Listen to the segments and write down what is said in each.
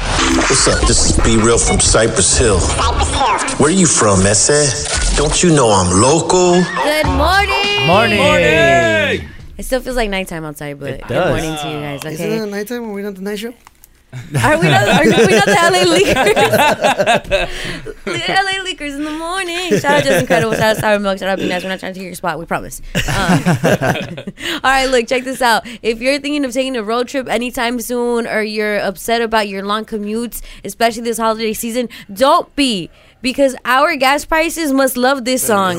What's up? This is Be Real from Cypress Hill. Cypress Hill. Where you from, Messe? Don't you know I'm local? Good morning. Morning. It still feels like nighttime outside, but It good does. morning to you guys. Isn't it Okay, at nighttime when we're not the night show? are we not? Are we not the LA Leakers? the LA Leakers in the morning. Shout out Just Incredible. Shout out Sour Milk. Shout out Be Nice. We're not trying to take your spot. We promise. Um, all right, look, check this out. If you're thinking of taking a road trip anytime soon, or you're upset about your long commutes, especially this holiday season, don't be. Because our gas prices must love this song.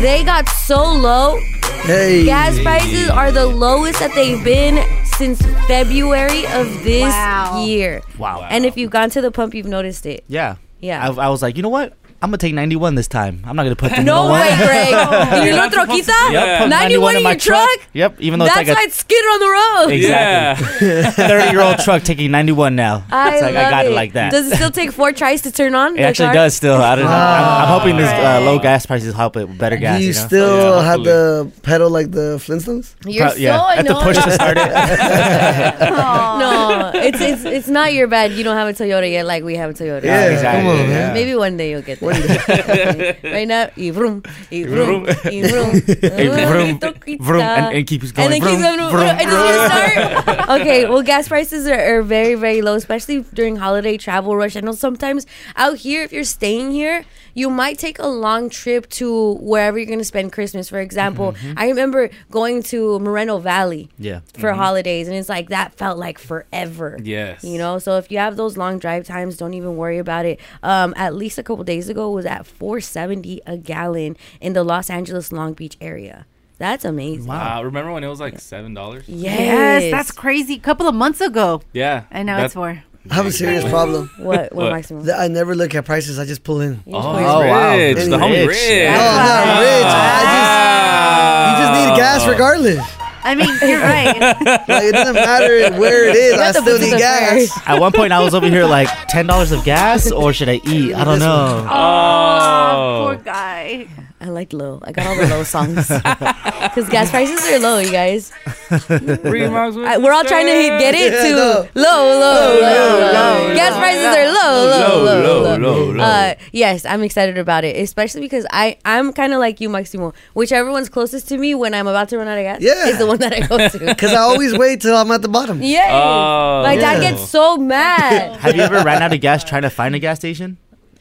They got so low Hey. Gas prices are the lowest that they've been since February of this Wow. year. Wow. And if you've gone to the pump, you've noticed it. Yeah. Yeah. I, I was like, you know what? I'm gonna take 91 this time. I'm not gonna put the No 91. way, Greg. And you know Troquita? Yep, put 91 in your truck? Yep. Even though That's it's like why a it's skidded on the road. exactly 30 year old truck taking 91 now. I, it's like love I got it. like that. Does it still take four tries to turn on? it actually does still. I don't know. I'm, I'm hoping this uh, low gas prices help it with better Do Ah. gas. you, you know? still Yeah, have the pedal like the Flintstones? You're Pro- Uh, yeah. so At the annoying. push to start it. no, it's, it's it's not your bad. You don't have a Toyota yet, like we have a Toyota. exactly, Come on, yeah. man. Maybe one day you'll get there. right now, y vroom, y vroom, y vroom, vroom, Toquita. vroom, and, and keeps going. And then keeps vroom, going. vroom, and just gonna start. okay, well, gas prices are, are very, very low, especially during holiday travel rush. I know sometimes out here, if you're staying here, you might take a long trip to wherever you're gonna spend Christmas. For example, Mm-hmm. I remember going to Moreno Valley Yeah. for holidays, and it's like that felt like forever. Mm-hmm. Yes. you know. So if you have those long drive times, don't even worry about it. Um, at least a couple days ago it was at 470 a gallon in the Los Angeles Long Beach area. That's amazing. Uh, remember when it was like seven dollars? Yes, Yes, that's crazy. A couple of months ago, Yeah. and now that- it's more. I have a serious problem. what what What? maximum. That I never look at prices. I just pull in. You Oh, just oh always- wow. rich. Really The homie rich. rich. No, I'm not rich. I just, you just need gas Uh, Oh. regardless. I mean, you're right. Like, it doesn't matter where it is. I the still boots need are gas. first. At one point, I was over here like $10 of gas, or should I eat? I don't know. Oh. Poor guy. I like low. I got all the low songs because gas prices are low, you guys. I- we're all trying to hit- get it to no. low, low, low, low, low, Gas low, prices are low, low, low, low. Low, low, low, Uh, yes, I'm excited about it, especially because I I'm kind of like you, Maximo. Whichever one's closest to me when I'm about to run out of gas Yeah. is the one that I go to. Because I always wait till I'm at the bottom. yes, Oh. my dad Yeah. gets so mad. Have you ever ran out of gas trying to find a gas station?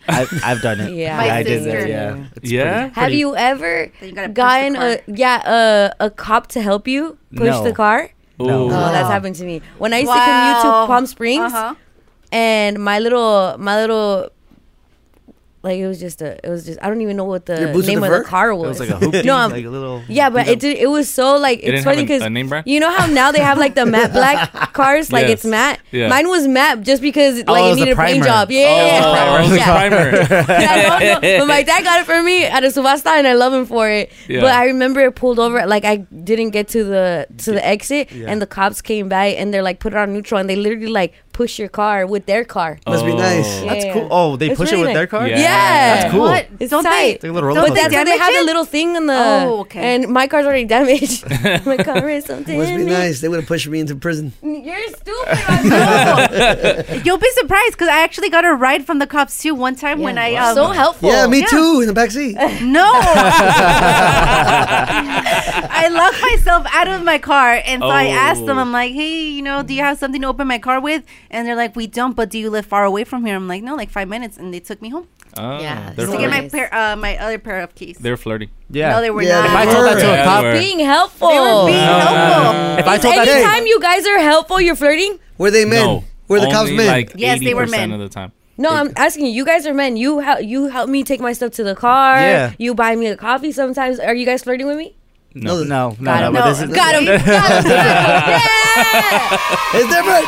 I've, I've done it. Yeah. My I did that. sister. Yeah. It's Yeah? Have you ever Then you gotta push the gotten a car. yeah a a cop to help you push No. the car? Ooh. No. Oh, that's happened to me. When I used to Wow. commute to Palm Springs, Uh-huh. and my little my little like it was just a it was just I don't even know what the Your boots name with of the the fur? car It was. was like a hoopty, no, I'm- like a little. yeah, but it did, it was so like it's didn't funny have a- because a name brand? you know how now they have like the matte black cars like Yes. it's matte. Yeah. Mine was matte just because like it it was the needed a paint primer. job. Yeah, Oh, yeah. primer. I don't know. But my dad got it for me at a subasta, and I love him for it. Yeah. But I remember it pulled over. Like I didn't get to the to the exit, and the cops came by and they're like, put it on neutral, and they literally like push your car with their car. Must be nice. Yeah. That's cool. Oh, they It's push really it with their nice. car? Yeah. Yeah, That's cool. What? It's Don't tight. It's like they? a little roller But coaster. that's why they have Damage the it? little thing on the. Oh, okay. And my car's already damaged. my car is something. Must be nice. They would have pushed me into prison. You're stupid. Matteo. You'll be surprised because I actually got a ride from the cops too one time when I um, so helpful. Yeah, me Yeah. too. In the back seat. No. I locked myself out of my car. And so I asked them, Oh. I'm like, hey, you know, do you have something to open my car with? And they're like, we don't, but do you live far away from here? I'm like, no, like five minutes. And they took me home Oh, Yeah, They're, so to Nice. get flirty. my pair, uh, my other pair of keys. they're flirty. yeah. No, they were Yeah, Oh. not. if I told that to a Yeah, cop, they were. Being helpful. they were being No, no, helpful. no. Uh, if I told that, Anytime you guys are helpful, you're flirting. Were they men? No. Were the cops Only, men? Like Yes, they were 80% men. of the time. No, I'm asking you. You guys are men. You help. You help me take my stuff to the car. Yeah. You buy me a coffee sometimes. Are you guys flirting with me? no, no, no, Got no, him. but this No. is, Got him. Got him. yeah. it's different.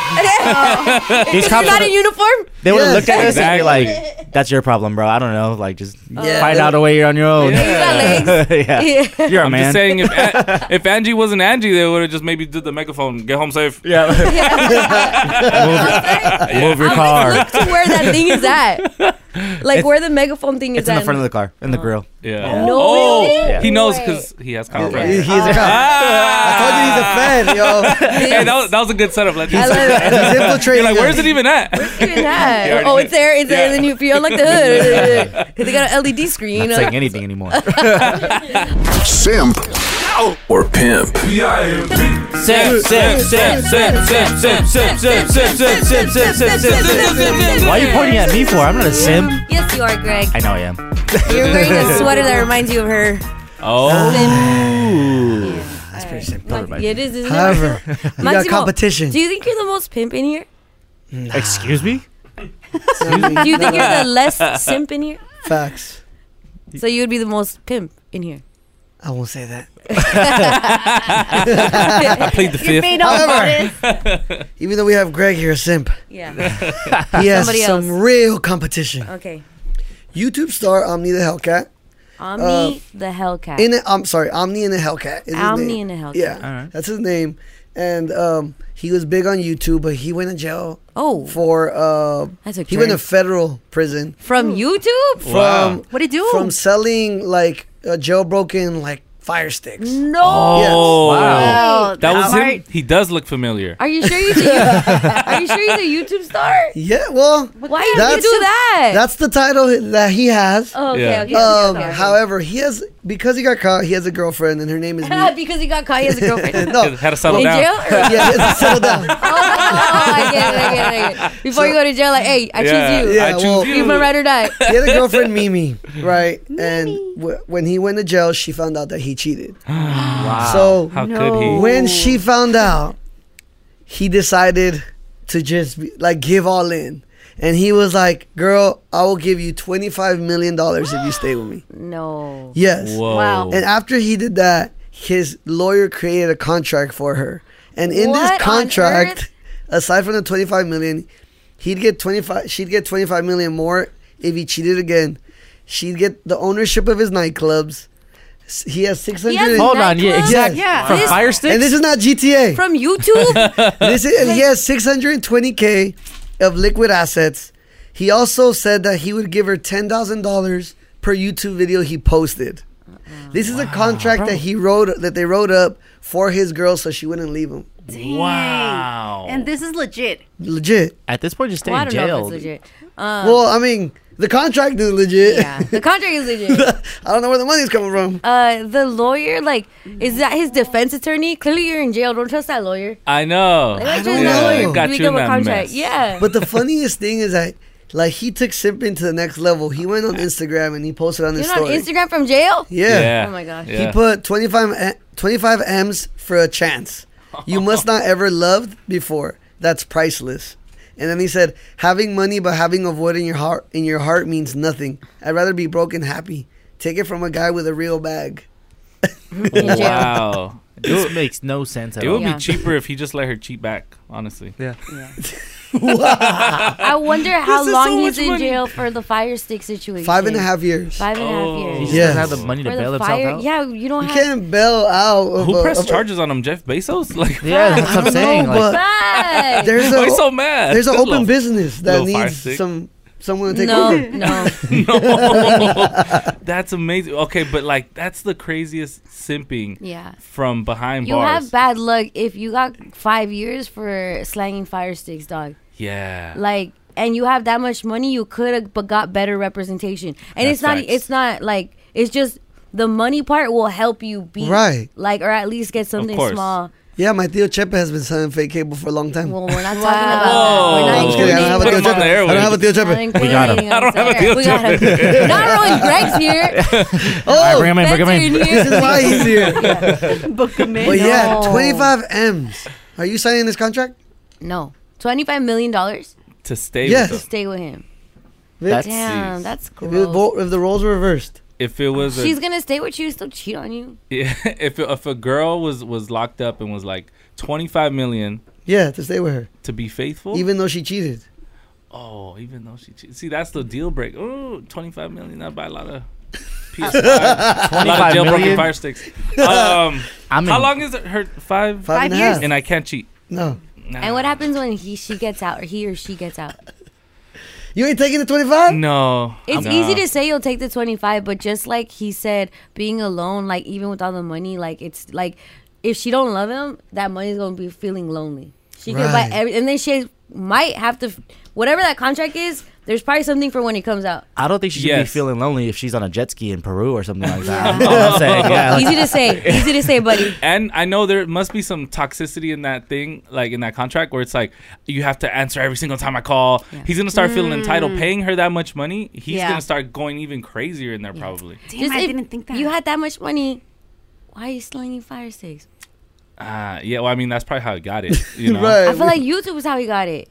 Because you're these cops, Oh. not in would've- uniform. they would have Yes. looked at us Exactly. and be like, "That's your problem, bro. I don't know. Like, just Yeah, find they out a way you're on your own. Oh. You got legs. yeah. Yeah. you're a I'm man. just saying, if, An- if Angie wasn't Angie, they would have just maybe did the megaphone, get home safe. Yeah, Yeah. move, move your I car. always look to where that thing is at. Like It's- where the megaphone thing It's is in at. the front of the car, in the grill. Oh. Yeah. No, oh, really? he knows Wait. because he has He's a conference. cop. Ah! I told you he's a fan, yo. Ah. Hey, that was, that was a good setup. Let's I love it. He's infiltrating. You're like, us. where's it even at? Look at that. You already Oh, did. it's there. It's there. And then you, if you unlock the hood, they got an LED screen. Not you know? saying anything anymore. Simp or pimp. Sip, sip, sip, sip, sip, sip, sip, sip, sip, sip, sip, sip, sip, sip, sip, sip. Why are you pointing at me for? I'm not a simp. Yes, you are, Greg. I know I am. You're wearing a sweater that reminds you of her. Oh, Ah. That's pretty simple. Mon- yeah, it is, isn't it? However, we got Maximo, competition. Do you think you're the most pimp in here? Excuse me? Do you think you're the less simp in here? Facts. So you would be the most pimp in here. I won't say that. I played the You're fifth. made all However- modest. Even though we have Greg here, a simp, Yeah. he has Somebody some else. real competition. Okay. YouTube star Omni the Hellcat. Uh, Omni the Hellcat. In um, it, I'm sorry, Omni and the Hellcat. Is his Omni and name. the Hellcat. Yeah, Alright. that's his name. And um, he was big on YouTube, but he went to jail oh, for uh, That's a he went to turn. federal prison Hmm. from YouTube? Wow. from What do you do? from selling like uh, jailbroken like fire sticks. No. Oh, Wow. Wow, that was smart. him. He does look familiar. Are you sure he's a YouTube, Are you sure he's a YouTube star? Yeah, well, Why did That's- you do that? that's the title that he has. oh, okay, Yeah. okay, um, okay, okay. however, he has because he got caught. He has a girlfriend, and her name is Mi- because he got caught, he has a girlfriend. no. Had to settle in down. jail? Or- yeah, he has to settle down. oh, I get it, I get it, I get it. Before you go to jail, like, hey, I Yeah, choose you. I Yeah, choose well- you. You my ride or die. He had a girlfriend, Mimi, right? And w- when he went to jail, she found out that he cheated. Wow. So How could No. he? when she found out, he decided to just be, like give all in. And he was like, "Girl, I will give you twenty-five million dollars if you stay with me." No. Yes. Whoa. Wow. And after he did that, his lawyer created a contract for her. And in What on this contract, aside from the 25 million, he'd get 25 she'd get 25 million more if he cheated again. She'd get the ownership of his nightclubs. S- He has 600 has and- Hold on. Yeah, Nightclub? exact- exactly. Yeah. From This- fire sticks? and this is not GTA. From YouTube? This is, and he has 620k of liquid assets. He also said that he would give her $10,000 per YouTube video he posted. This is a contract that he wrote that they wrote up for his girl so she wouldn't leave him. Dang. Wow. And this is legit. Legit. At this point, just stay Well, I in don't know jail. if it's legit. Um, well, I mean, the contract is legit. yeah, the contract is legit. I don't know where the money's coming from. Uh, the lawyer, like, is that his defense attorney? Clearly, you're in jail. Don't trust that lawyer. I know. Like, trust don't that know. lawyer. You got We you in give a that contract. mess. Yeah. But the funniest thing is that like he took simping to the next level. He went on Instagram and he posted on his you're not on story. Instagram from jail? yeah. Oh my gosh. Yeah. He put 25, a- 25 M's for a chance. You must not ever loved before. That's priceless. And then he said, having money but having a void in your heart in your heart means nothing. I'd rather be broke and happy. Take it from a guy with a real bag. In jail. Wow. This makes no sense at It would all. Yeah. be cheaper if he just let her cheat back, honestly. I wonder how This is long so he's much in money. jail for the fire stick situation. Five and a half years. Five and a half Oh. years. He just Yeah. doesn't have the money to For bail the himself fire, out. yeah, you don't You have. can't bail out. Of Who a- pressed of a- charges on him? Jeff Bezos? Like, Yeah, that's what I'm saying. know, like, but- Right. There's why a he's so mad? there's an This open little- business that little fire needs stick. some someone to take no, over. no. No. that's amazing. Okay, but like that's the craziest simping Yeah. from behind You bars. have bad luck if you got five years for slanging fire sticks, dog. yeah. Like, and you have that much money, you could have but got better representation. And That's it's not. e-, facts. It's not like it's just the money part will help you be Right. Like, or at least get something course. small. Yeah, my Theo Chepe has been selling fake cable for a long time. Well, we're not talking about Whoa. that. I'm We're not just kidding. Oh, I don't including have a Put Theo him on Chepe. the I don't airwaves. have a Theo Chepe. We got him. I don't have a deal We got him. Not ruin Greg's here. all right, bring him in, bring him Spencer in. in This is here. why he's here. Book him in. But yeah, No. 25 M's. Are you signing this contract? No, twenty-five million dollars to stay Yes. to with them. stay with him. That's- Damn, Jeez. that's If, the cool. vo- if the roles were reversed. If it was a She's gonna stay with you, still cheat on you. Yeah, if if a girl was was locked up and was like 25 million Yeah, to stay with her. to be faithful, Even though she cheated. oh, even though she che- see that's the deal break. Ooh, 25 million, that buy a lot of PS5, a lot of 25 jailbroken million? fire sticks. Um, I'm in, how long is it? Her five, Five and a Five years. half. and I can't cheat. No. Nah. And what happens when he she gets out or he or she gets out? You ain't taking the 25? No. It's Nah. easy to say you'll take the 25, but just like he said, being alone, like even with all the money, like it's like if she don't love him, that money's going to be feeling lonely. She could buy Right. every, and then she might have to, whatever that contract is, there's probably something for when it comes out. I don't think she should be Yes. feeling lonely if she's on a jet ski in Peru or something like that. That's what I'm saying. Yeah, like- Easy to say, easy to say, buddy. And I know there must be some toxicity in that thing, like in that contract, where it's like you have to answer every single time I call. He's gonna start feeling entitled, Mm. paying her that much money. He's Yeah. gonna start going even crazier in there, probably. Damn, Just I if didn't think that. You had that much money. Why are you still slinging fire sticks? Ah, yeah. Well, I mean, that's probably how he got it. You know? Right. I feel like YouTube is how he got it.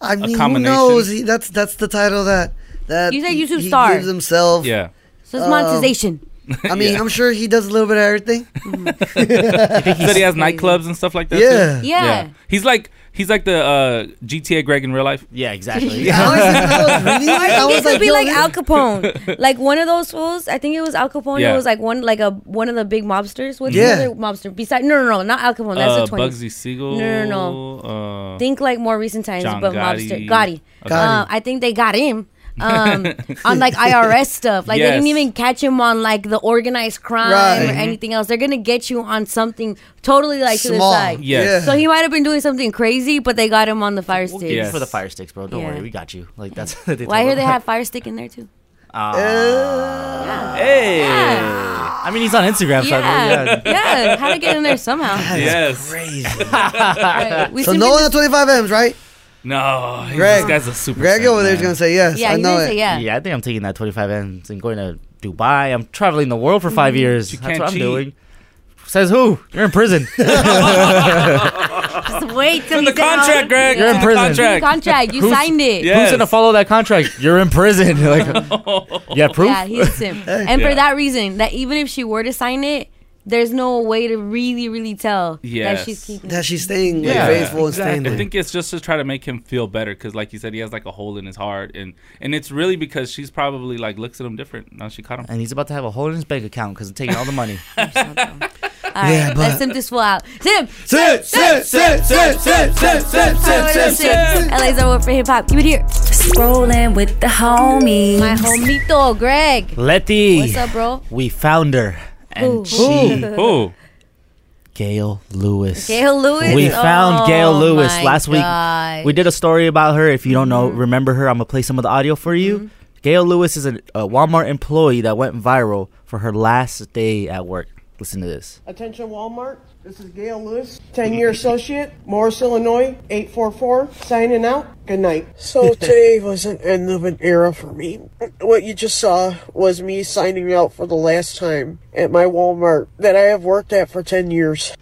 I mean, who combination. knows? He, that's that's the title that that You said he- YouTube he star. gives himself. Yeah. So it's Um, monetization. I mean, Yeah. I'm sure he does a little bit of everything. Mm-hmm. Said he has nightclubs and stuff like that. Yeah. too? Yeah. He's like he's like the uh, GTA Greg in real life. yeah, exactly. I was, I was reading it, I I was think it like, could be yo, like this- Al Capone, like one of those fools. I think it was Al Capone. Yeah. It was like one, like a one of the big mobsters. What's Yeah. the other mobster? Besides, no, no, no, not Al Capone. That's uh, the twenty. Bugsy Siegel. No, no, no. Uh, Think like more recent times, John but Gotti. mobster Gotti. Okay. Um, I think they got him um, on like IRS stuff. Like they didn't Yes. even catch him on like the organized crime Right. Mm-hmm. or anything else. They're gonna get you on something totally like to the Small. side. Yes. Yeah. So he might have been doing something crazy, but they got him on the fire We'll stick. get you Yes. for the fire sticks, bro. Don't Yeah. worry, we got you. Like that's. they Well, I told hear him. they have fire stick in there too. Uh, Ah. Hey. I mean, he's on Instagram, so I mean, Yeah, yeah. yeah. How to get in there somehow? yes. crazy. Right. We So seem no to one at 25 M's, right? No. he's- Greg. This guy's a super. Greg over there's gonna say yes. Yeah, I he's know gonna it. say yeah. Yeah, I think I'm taking that 25 ends and going to Dubai. I'm traveling the world for Mm-hmm. five years. You That's can't what I'm cheat. doing. Says who? You're in prison. Just wait till In the he's out. contract, Greg. You're in The prison. Contract. Contract, you Who's- signed it. Yeah. Who's gonna Yes. follow that contract? You're in prison. Like, yeah, proof. Yeah, he's a simp. And Yeah. for that reason, that even if she were to sign it, there's no way to really, really tell Yes. that she's keeping That she's staying like, Yeah, faithful and I staying there. think it's just to try to make him feel better, because like you said, he has like a hole in his heart, and and it's really because she's probably like looks at him different now. She caught him. and he's about to have a hole in his bank account because I'm taking all the money. All right, Yeah, but- let's simp this fool out. Simp! Sit, sit, sit, sit, sit, sit, sit, sit, sit, sit. LA's over for hip hop. Keep it here. Scrolling with the homies. My homito, Greg. Letty, What's up, bro? we found her, and Who? she, Oh, Gail Lewis. Gail Lewis. We found Gail Oh Lewis my last week. gosh. Mm-hmm. We did a story about her. If you don't know, remember her. I'm gonna play some of the audio for you. Gail Lewis is a, a Walmart employee that went viral for her last day at work. Listen to this. Attention Walmart, this is Gail Lewis, 10-year associate, Morris, Illinois, 844, signing out. Good night. So today was an end of an era for me. What you just saw was me signing out for the last time at my Walmart that I have worked at for 10 years.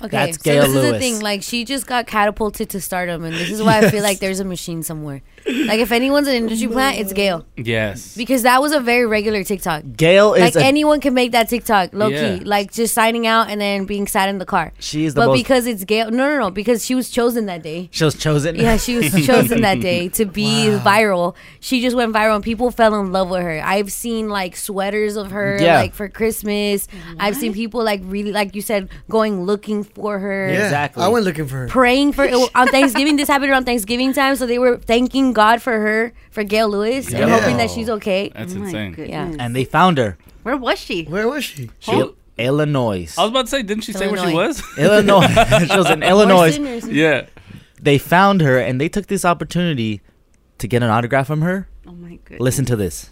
Okay, That's so Gail this is Lewis. the thing. Like, she just got catapulted to stardom, and this is why I feel like there's a machine somewhere. Like, if anyone's an industry plant, it's Gail. yes. Because that was a very regular TikTok. Gail is Like a, anyone can make that TikTok, low Yeah. key. Like just signing out and then being sad in the car. She is the but most- because it's Gail. No, no, no. Because she was chosen that day. she was chosen. Yeah, she was chosen that day to be viral. She just went viral and people fell in love with her. I've seen like sweaters of her Yeah. like for Christmas. I've seen people like really like you said going looking for her. Yeah, Exactly. I went looking for her. Praying for on Thanksgiving. This happened around Thanksgiving time, so they were thanking God for her, for Gail Lewis, and Yeah. hoping that she's okay. That's Oh my insane. Yeah. goodness. and they found her. Where was she? Where was she? She, Illinois. I was about to say, didn't she say where she Illinois. was? Illinois. she was in Or Illinois. sinners. yeah. They found her, and they took this opportunity to get an autograph from her. Oh my goodness. Listen to this.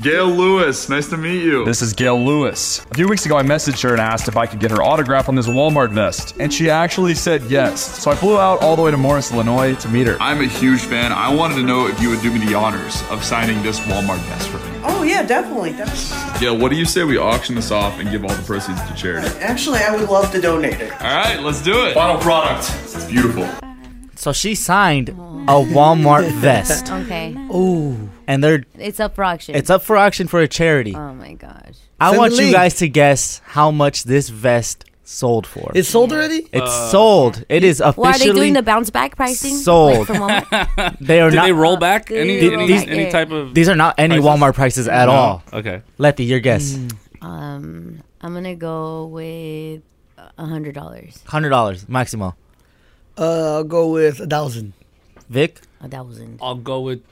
Gail Lewis, nice to meet you. This is Gail Lewis. A few weeks ago, I messaged her and asked if I could get her autograph on this Walmart vest, and she actually said yes. So I flew out all the way to Morris, Illinois to meet her. I'm a huge fan. I wanted to know if you would do me the honors of signing this Walmart vest for me. Oh yeah, definitely. That's, Gail, what do you say we auction this off and give all the proceeds to charity? actually, I would love to donate it. All right, let's do it. Final product. It's beautiful. So she signed a Walmart vest, Okay. and they're It's up for auction. it's up for auction for a charity. oh my gosh. I Send want the you link. guys to guess how much this vest sold for. It's sold already? It's Uh, sold. It is officially Well, are they doing the bounce back pricing? sold. Like, from Walmart? They are Did not. they roll back Good any roll any, back any there. type of? these are not any Prices? Walmart prices at No. all. Okay. Letty, your guess. Mm. um, I'm gonna go with a hundred dollars. Hundred dollars maximo. Uh, I'll go with a thousand. Vic, a thousand. I'll go with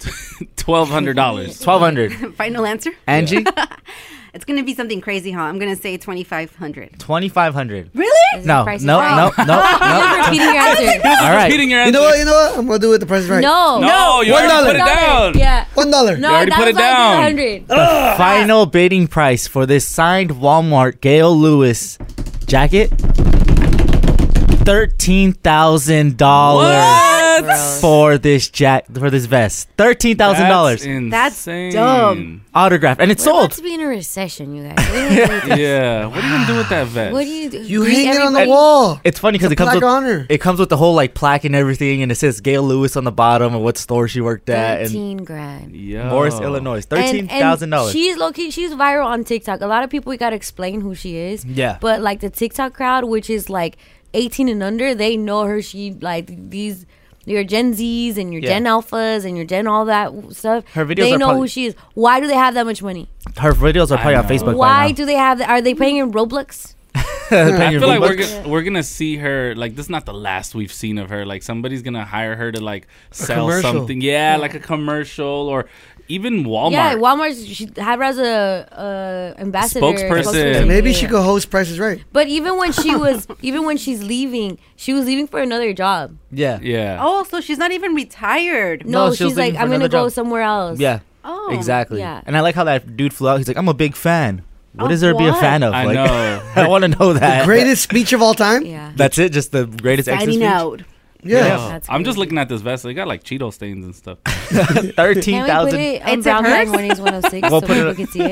twelve hundred dollars. Twelve hundred. Final answer. Angie, It's gonna be something crazy, huh? I'm gonna say twenty five hundred. twenty five hundred. Really? No, no, Price is no, Oh. Right. no, no. Repeating your answer. All right. Repeating your You answer. know what? You know what? I'm gonna do it. The price is right. No. No, you One already put it Dollar. down. Yeah. One dollar. Ah. No, already that put was it why I down. did 100. Final bidding price for this signed Walmart Gail Lewis jacket. Thirteen thousand dollars What? for this jack for this vest. Thirteen thousand dollars That's insane. dumb. autograph, and it's We're about sold. to be in a recession, you guys. What do you do? Yeah. What are you gonna do with that vest? What do you do? You Beat hang it on the everybody? wall. It's funny because it comes plaque with honor. it comes with the whole like plaque and everything, and it says Gail Lewis on the bottom and what store she worked at, and 13 grand. Yo. Morris, Illinois, And- thirteen thousand and dollars. She's low key, she's viral on TikTok. A lot of people we gotta explain who she is. Yeah. But like the TikTok crowd, which is like eighteen and under, they know her. She like these your Gen Zs and your Yeah. Gen Alphas and your Gen all that w- stuff. Her videos They are know probably- who she is. Why do they have that much money? Her videos are probably on know. Facebook. Why by do they have? Are they paying in Roblox? now. I feel like we're Bucks? gonna, we're gonna see her like this is not the last we've seen of her like somebody's gonna hire her to like sell commercial. something yeah, like a commercial or even Walmart Yeah, Walmart. She had her as a uh, ambassador, Spokesperson. Maybe she Yeah. could host Price is Right. But even when she was, even when she's leaving, she was leaving for another job. yeah. yeah Oh, so she's not even retired. No, No, she was she's like, leaving for I'm gonna another go job." somewhere else. Yeah. Oh. exactly. yeah. And I like how that dude flew out. He's like, I'm a big fan. What Of is there to be a what? fan of? I like, know. I want to know that. Greatest speech of all time. Yeah. That's it. Just the greatest exit Signing speech? out. Yeah. That's I'm just crazy. looking at this vest they got like Cheeto stains and stuff Thirteen Can we put thousand. it on It's a Brown purse? Bag Mornings 106 We'll so put it people on- can see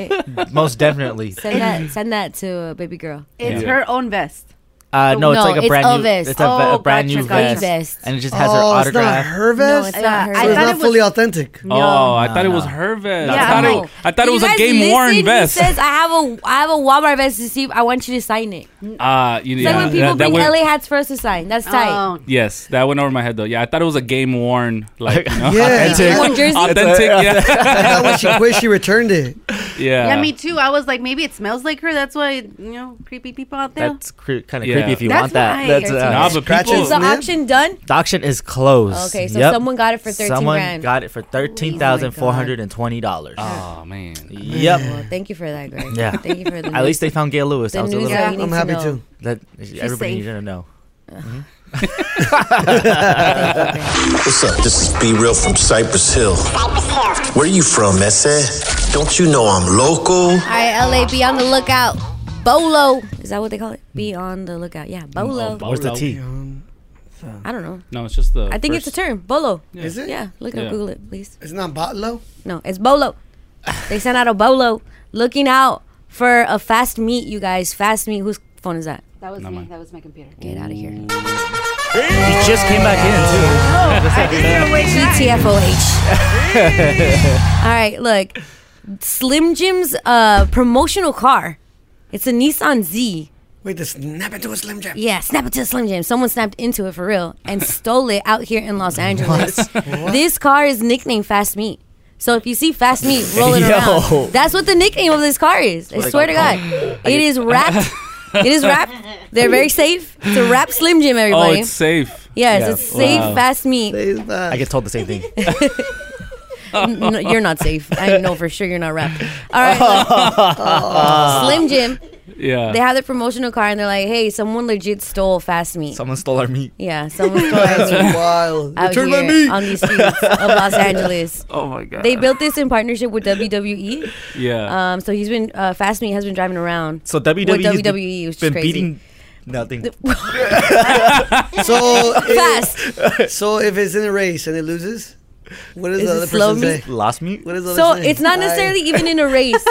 it? Most definitely. Send that, send that to a baby girl. It's Yeah. her own vest. Uh, no, it's No, like a it's brand a new. vest. It's a, ve- Oh, a brand gotcha, new gotcha. vest, Vest. and it just has her Oh, it's not autograph. her No, vest. it's So not Uh, her. I it's thought not it was- fully authentic. oh I thought it was her vest I Yeah, thought no. it I thought it Can was you a guys game listen? worn He vest says, I have a, I have a Walmart vest to see. I want you to sign it. It's uh you like know yeah, when people that, that bring went, LA hats for us to sign. That's tight. Oh. yes that went over my head though yeah I thought it was a game worn like you know, Yeah. You want jersey? authentic yeah I thought when she quit, she returned it. yeah Yeah, me too. I was like, maybe it smells like her. That's why you know, creepy people out there. That's cre- kind of Yeah. creepy if you That's want that. why. That's Nah, uh, but Scratches people Is the Yeah. auction done? the auction is closed. Okay, so Yep. someone got it for 13 Someone grand. got it for thirteen thousand four hundred and twenty dollars. oh man Yep. Well, thank you for that, Greg. Yeah. Thank you for the At least they found Gail Lewis. the I was a news little that we need I'm to happy know. Uh-huh. too. that everybody safe. needed to know. What's up? This is Be Real from Cypress Hill. Where you from, Messe? Don't you know I'm local? All right, LA, be on the lookout. Bolo. Is that what they call it? Be Mm. on the lookout. Yeah, Bolo. Where's the Hello. Oh T? I don't know. no it's just the I think it's a term. Bolo. Oh. Is it? Yeah, look Yeah. up, Google it, please. It's not Botlo. No, it's Bolo. they sent out a Bolo looking out for a fast meet, you guys. Fast meet. Whose phone is that? that was me. That was my computer. Get out of here. He just came back in Oh, too. GTFOH. All right, look. Slim Jim's uh, promotional car. It's a Nissan Z. Wait, to snap into a Slim Jim. Yeah, snap it to the Slim Jim. Someone snapped into it for real and stole it out here in Los Angeles. This car is nicknamed Fast Meat. So if you see Fast Meat rolling Yo. around, that's what the nickname of this car is. I swear to God, it is wrapped. It is wrapped. They're very safe. It's a wrapped Slim Jim, oh everybody. it's safe yes, Yeah. it's safe, Wow. fast meat. It's bad. I get told the same thing. No, you're not safe. I know for sure you're not wrapped. All right, look. Slim Jim. yeah They have their promotional car, and they're like, "Hey, someone legit stole Fast Meat." Someone stole our meat. yeah, someone stole Fast Meat. wild. out Return my here meat. on these streets of Los Angeles. oh my god They built this in partnership with WWE. yeah Um, so he's been uh, Fast Meat has been driving around. So E WWE 's WWE, E, which is been crazy. beating nothing. So if, Fast. so if it's in a race and it loses, what does Is the it other slow person meat? say? Lost meat. What is the other So person say? it's not I- necessarily even in a race.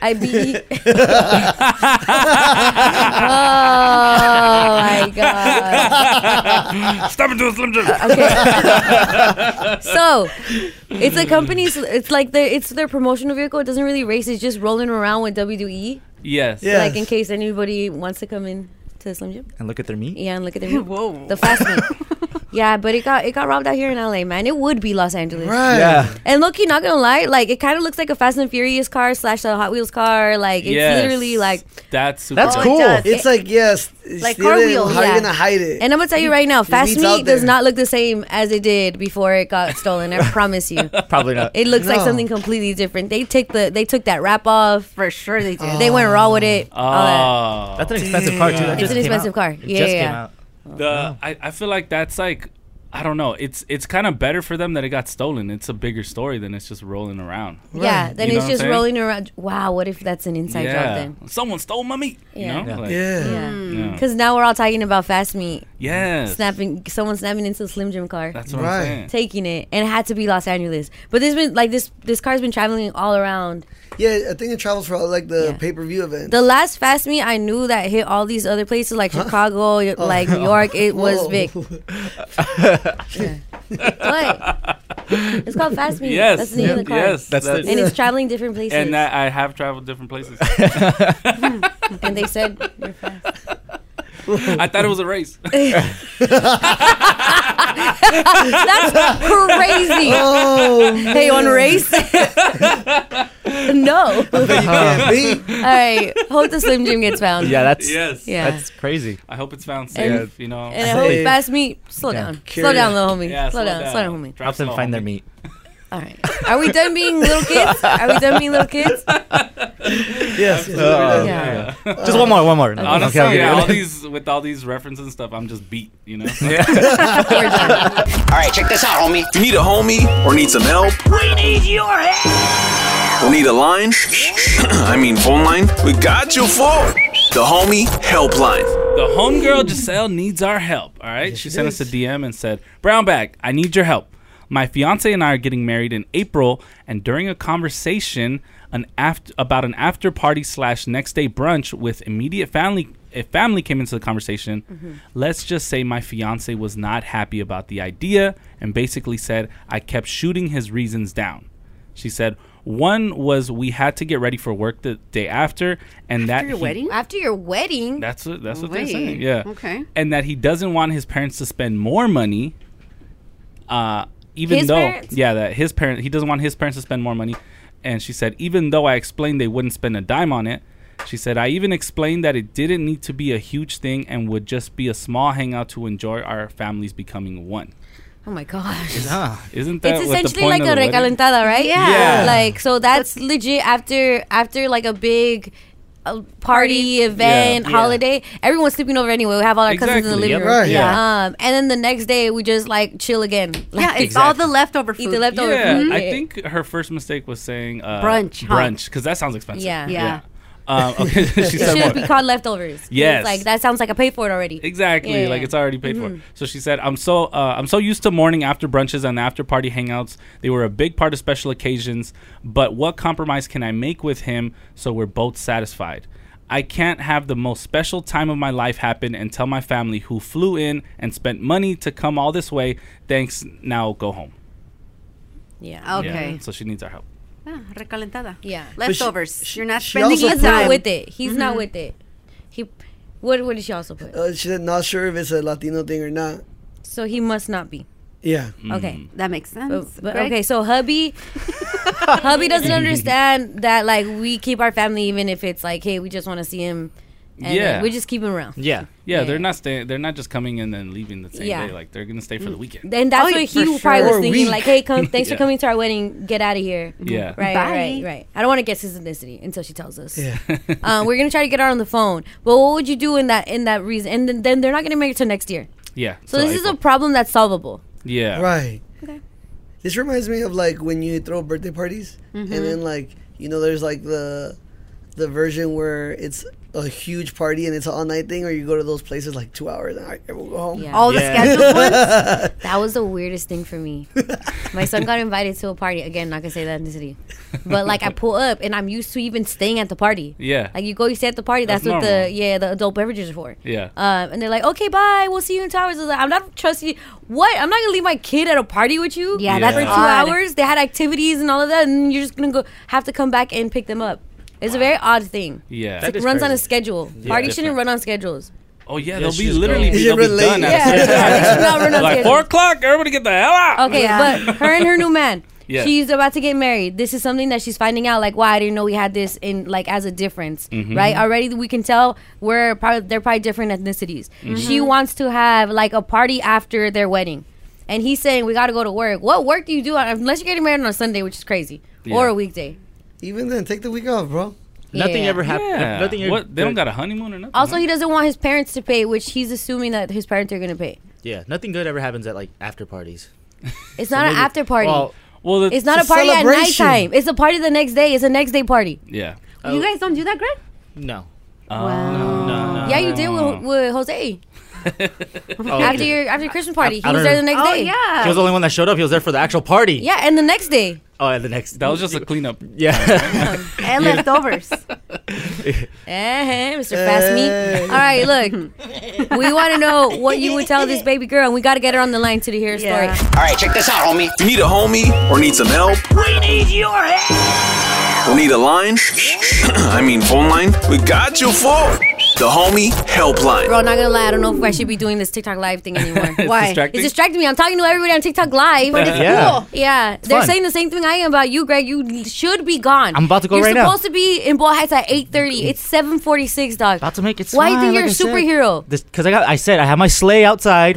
I beat. oh my god. stop it to a slim jim So it's a company's. It's like their. It's their promotional vehicle. It doesn't really race. It's just rolling around with WWE. yes Yeah. Like in case anybody wants to come in to Slim Jim. And look at their meat. Yeah, and look at the Whoa. The fast meat. Yeah, but it got it got robbed out here in LA, man. It would be Los Angeles. Right. Yeah. And Loki, not gonna lie, like it kind of looks like a Fast and Furious car slash a Hot Wheels car. Like it's Yes. literally like That's super That's Oh, it cool. does. It's like yes, Like steal car it, wheels, How are yeah. you gonna hide it? And I'm gonna tell you right now, fast meat's out meat does there. not look the same as it did before it got stolen. I promise you, Probably not. it looks like No. something completely different. They took the they took that wrap off. For sure they did. They went raw with it. all that. Oh, That's an expensive car too. That It's just an came expensive out. car. It Yeah, just yeah, came yeah. Oh. out. the I, I feel like that's like I don't know. It's it's kind of better for them that it got stolen. It's a bigger story than it's just rolling around. Yeah, then You it's know what I'm just saying? rolling around. Wow, what if that's an inside job yeah, then? someone stole my meat. Yeah. You know? Like, yeah. Yeah, yeah. because now we're all talking about fast meat Yes. snapping. Someone snapping into a Slim Jim car. That's what Right. I'm saying. taking it and it had to be Los Angeles, but this been like this. This car's been traveling all around. Yeah, I think it travels for like the Yeah. pay per view event. The last fast meat I knew that hit all these other places like Chicago, y- like New York, it was Whoa. big. Yeah. What? It's called fast meat. Yes. That's the name of the car. Yes. That's the- And it's traveling different places. and And, that I have traveled different places. they said you're fast. I thought it was a race. That's crazy. oh, Hey, on race? no. All can't be. right. Hope the Slim Jim gets found. Uh-huh. Yeah, that's yes. Yeah. that's crazy. I hope it's found And- safe. you know. and I hope Hey. fast meat. Slow Yeah. down. Slow Curious. down, little homie. Yeah, slow, down. Slow down, homie. Drive Help them slow, find their homie. meat. All right. Are we done being little kids? Are we done being little kids? Yes. Uh, Yeah. Just one more, one more. Honestly, I'll get yeah, rid of all it. these with all these references and stuff, I'm just beat, you know. All right, check this out, homie. Need a homie or need some help? We need your help. Or need a line? I mean, phone line? We got you for it. The homie helpline. The homegirl Giselle needs our help. All right. she sent us a DM and said, Brown bag, I need your help. My fiance and I are getting married in April, and during a conversation an after, about an after party slash next day brunch with immediate family, if family came into the conversation, Mm-hmm. let's just say my fiance was not happy about the idea and basically said I kept shooting his reasons down. She said one was we had to get ready for work the day after, and that After your he- wedding? After your wedding, That's what that's what Wait, they're saying. Yeah. okay. And that he doesn't want his parents to spend more money. Uh, even His though parents? yeah, that his parent he doesn't want his parents to spend more money. And she said, even though I explained they wouldn't spend a dime on it, she said I even explained that it didn't need to be a huge thing and would just be a small hangout to enjoy our families becoming one. oh my gosh, it's Isn't that what the essentially point like of a the wedding? recalentada, right? Yeah. Yeah. Like so, that's legit. After after like a big. uh party, event, Yeah. holiday. Everyone's sleeping over anyway. We have all our cousins in the Exactly. living Yep. room. Right. Yeah. Um, and then the next day, we just like chill again. Yeah, Like, it's all the leftover food. eat the leftover Yeah, food. I think her first mistake was saying uh, Brunch, huh? brunch, because that sounds expensive. Yeah. Yeah. Um, okay, she it said should more. be called leftovers. 'Cause Yes. like that sounds like I paid for it already. Exactly, Yeah. Mm-hmm. like it's already paid for. So she said, "I'm so uh, I'm so used to morning after brunches and after party hangouts. They were a big part of special occasions. But what compromise can I make with him so we're both satisfied? I can't have the most special time of my life happen and tell my family who flew in and spent money to come all this way. Thanks. Now go home. yeah, Yeah, Okay. So she needs our help. Ah, recalentada. yeah. Leftovers. You're not she spending also your He's not time. Mm-hmm. with it. He's not with it. He, what what did she also put? Uh, she said not sure if it's a Latino thing or not. So he must not be. Yeah. Mm. Mm. Mm. Okay. That makes sense. But, but Greg? okay, so hubby, hubby doesn't understand that like we keep our family even if it's like, hey, we just want to see him, and then Yeah. we just keep him around. Yeah. Yeah, Yeah. they're not staying. They're not just coming and then leaving the same Yeah. Mm. day. Like they're gonna stay for the weekend. And that's Oh, what yeah, he for probably sure. was Or thinking, we- like, hey, come, thanks Yeah. Mm-hmm. for coming to our wedding, get out of here. Yeah. Right, Bye. right, right. I don't want to guess his ethnicity until she tells us. um, we're gonna try to get her on the phone. But what would you do in that in that reason? And then, then they're not gonna make it till next year. Yeah. So till this is a April. problem that's solvable. yeah. Right. This reminds me of like when you throw birthday parties, and then like you know, there's like the the version where it's a huge party and it's an all night thing, or you go to those places like two hours and all right, everyone go home. Yeah. All Yeah. the scheduled ones? That was the weirdest thing for me. My son got invited to a party again. Not gonna say that in the city, but like I pull up and I'm used to even staying at the party. Yeah. Like you go, you stay at the party. That's, That's what the normal. yeah the adult beverages are for. Yeah. Um, and they're like, okay, bye. We'll see you in two hours. I was like, I'm not trusting. you. What? I'm not gonna leave my kid at a party with you. Yeah, that's for two odd. hours. They had activities and all of that, and you're just gonna go have to come back and pick them up. It's a very odd thing. yeah. It runs on a schedule. Party different. shouldn't run on schedules. Oh yeah, Yeah, they'll be she's literally gone. be, Is they'll it be related? done. Yeah. At Yeah. yeah. No, we're time. not like kidding. four o'clock. Everybody get the hell out. Okay, but her and her new man, Yeah. she's about to get married. This is something that she's finding out. Like, why I didn't know we had this in like as a difference, Mm-hmm. Mhm. right? Already we can tell we're probably they're probably different ethnicities. Mm-hmm. Mhm. She wants to have like a party after their wedding, and he's saying we got to go to work. What work do you do on, unless you're getting married on a Sunday, which is crazy, or Yeah. a weekday? Even then, take the week off, bro. Nothing ever happened. Yeah. Nothing. What? They don't got a honeymoon or nothing. Also, he doesn't want his parents to pay, which he's assuming that his parents are gonna pay. Yeah, nothing good ever happens at like after parties. It's not an maybe- after party. well- Well, it's not a party at nighttime. It's a party the next day. It's a next day party. Yeah. You guys don't do that, Greg? Oh, No. Wow. No, no, yeah, you did no. with, with Jose. Uh, Oh, after okay. your after your Christmas party, I he was don't there the even- next Oh, day. He was the only one that showed up. He was there for the actual party. Yeah, and the next day. Oh, at the next. That was just a cleanup. Yeah. And leftovers. Eh, Mr. Uh-huh, Fast Uh. Meat. All right, look. we want to know what you would tell this baby girl, and we got to get her on the line to hear her story. All right, check this out, homie. If you need a homie or need some help We need your help. or need a line, I mean phone line, we got you for the homie helpline. Bro, not gonna lie, I don't know if I should be doing this TikTok live thing anymore. It's Why? distracting? It's distracting me. I'm talking to everybody on TikTok live. But it's Yeah. cool. Yeah, It's they're fun. saying the same thing I am about you, Greg. You should be gone. I'm about to go You're right now. supposed to be in Ball Heights at 8:30. It's 7:46, dog. About to make it. Why do you smile, think you're like I said. a superhero? Because I got. I said I have my sleigh outside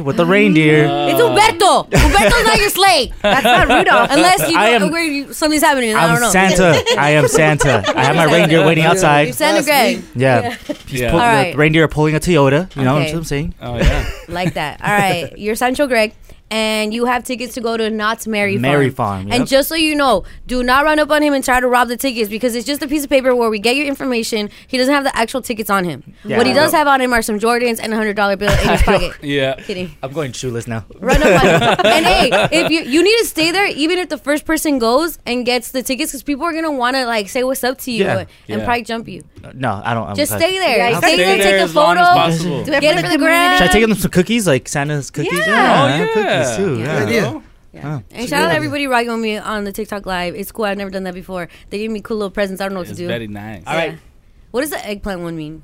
with the reindeer. It's Oh. Humberto. Humberto's not your slave. Uh, That's not Rudolph. Unless you I know am- where you, something's happening. I I'm don't know. Santa. I am Santa. I have my reindeer waiting outside. Santa Greg. Yeah. He's Yeah. pull- All right. The reindeer are pulling a Toyota. You know Okay. what I'm saying? Oh yeah. Like that. All right. You're Sancho Greg. And you have tickets to go to Knott's Merry Farm. Merry Farm, yep. And just so you know, do not run up on him and try to rob the tickets because it's just a piece of paper where we get your information. He doesn't have the actual tickets on him. Yeah. what he does have on him are some Jordans and a hundred dollar bill in his pocket. yeah. Kidding. I'm going shoeless now. and hey, if you you need to stay there, even if the first person goes and gets the tickets, because people are gonna want to like say what's up to you Yeah. and Yeah. probably jump you. No, I don't. I'm Just cut. stay there. Yeah, stay stay there. there Take a as long photo. as possible. Do it Get for the it for the ground. Should I take them some cookies, like Santa's cookies? Yeah. Oh, I have cookies too. Yeah. Yeah. Good idea. Yeah. And shout out to everybody rocking with me on the TikTok live. It's cool. I've never done that before. They gave me cool little presents. I don't know what It's to do. very nice. All All right. right. What does the eggplant one mean?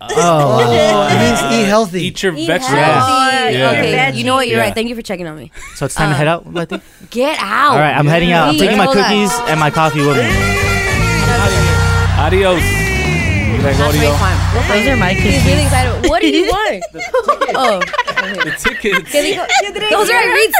Oh. It means eat healthy. uh, Eat your Eat vegetables. healthy. Yeah. Okay. You know what? You're Yeah. right. Thank you for checking on me. So it's time to head out. I think. Get out. All right, I'm heading out. I'm Oh. Please, taking my hold on. cookies and my coffee with me. Adios. Not great farm. Those are my He's really excited. What do you want? oh, The tickets. can we go- those are Irene's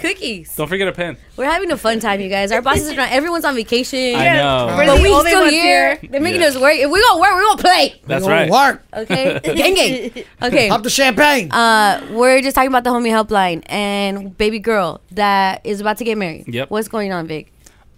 cookies. Don't forget a pen. We're having a fun time, you guys. Our bosses are not. Everyone's on vacation. I know. We're But the we only still ones here. here. They're making Yeah. us work. If we gonna work, we gonna play. That's right. Okay. gang gang. Okay. Pop the champagne. Uh, we're just talking about the homie helpline and baby girl that is about to get married. Yep. What's going on, Vic?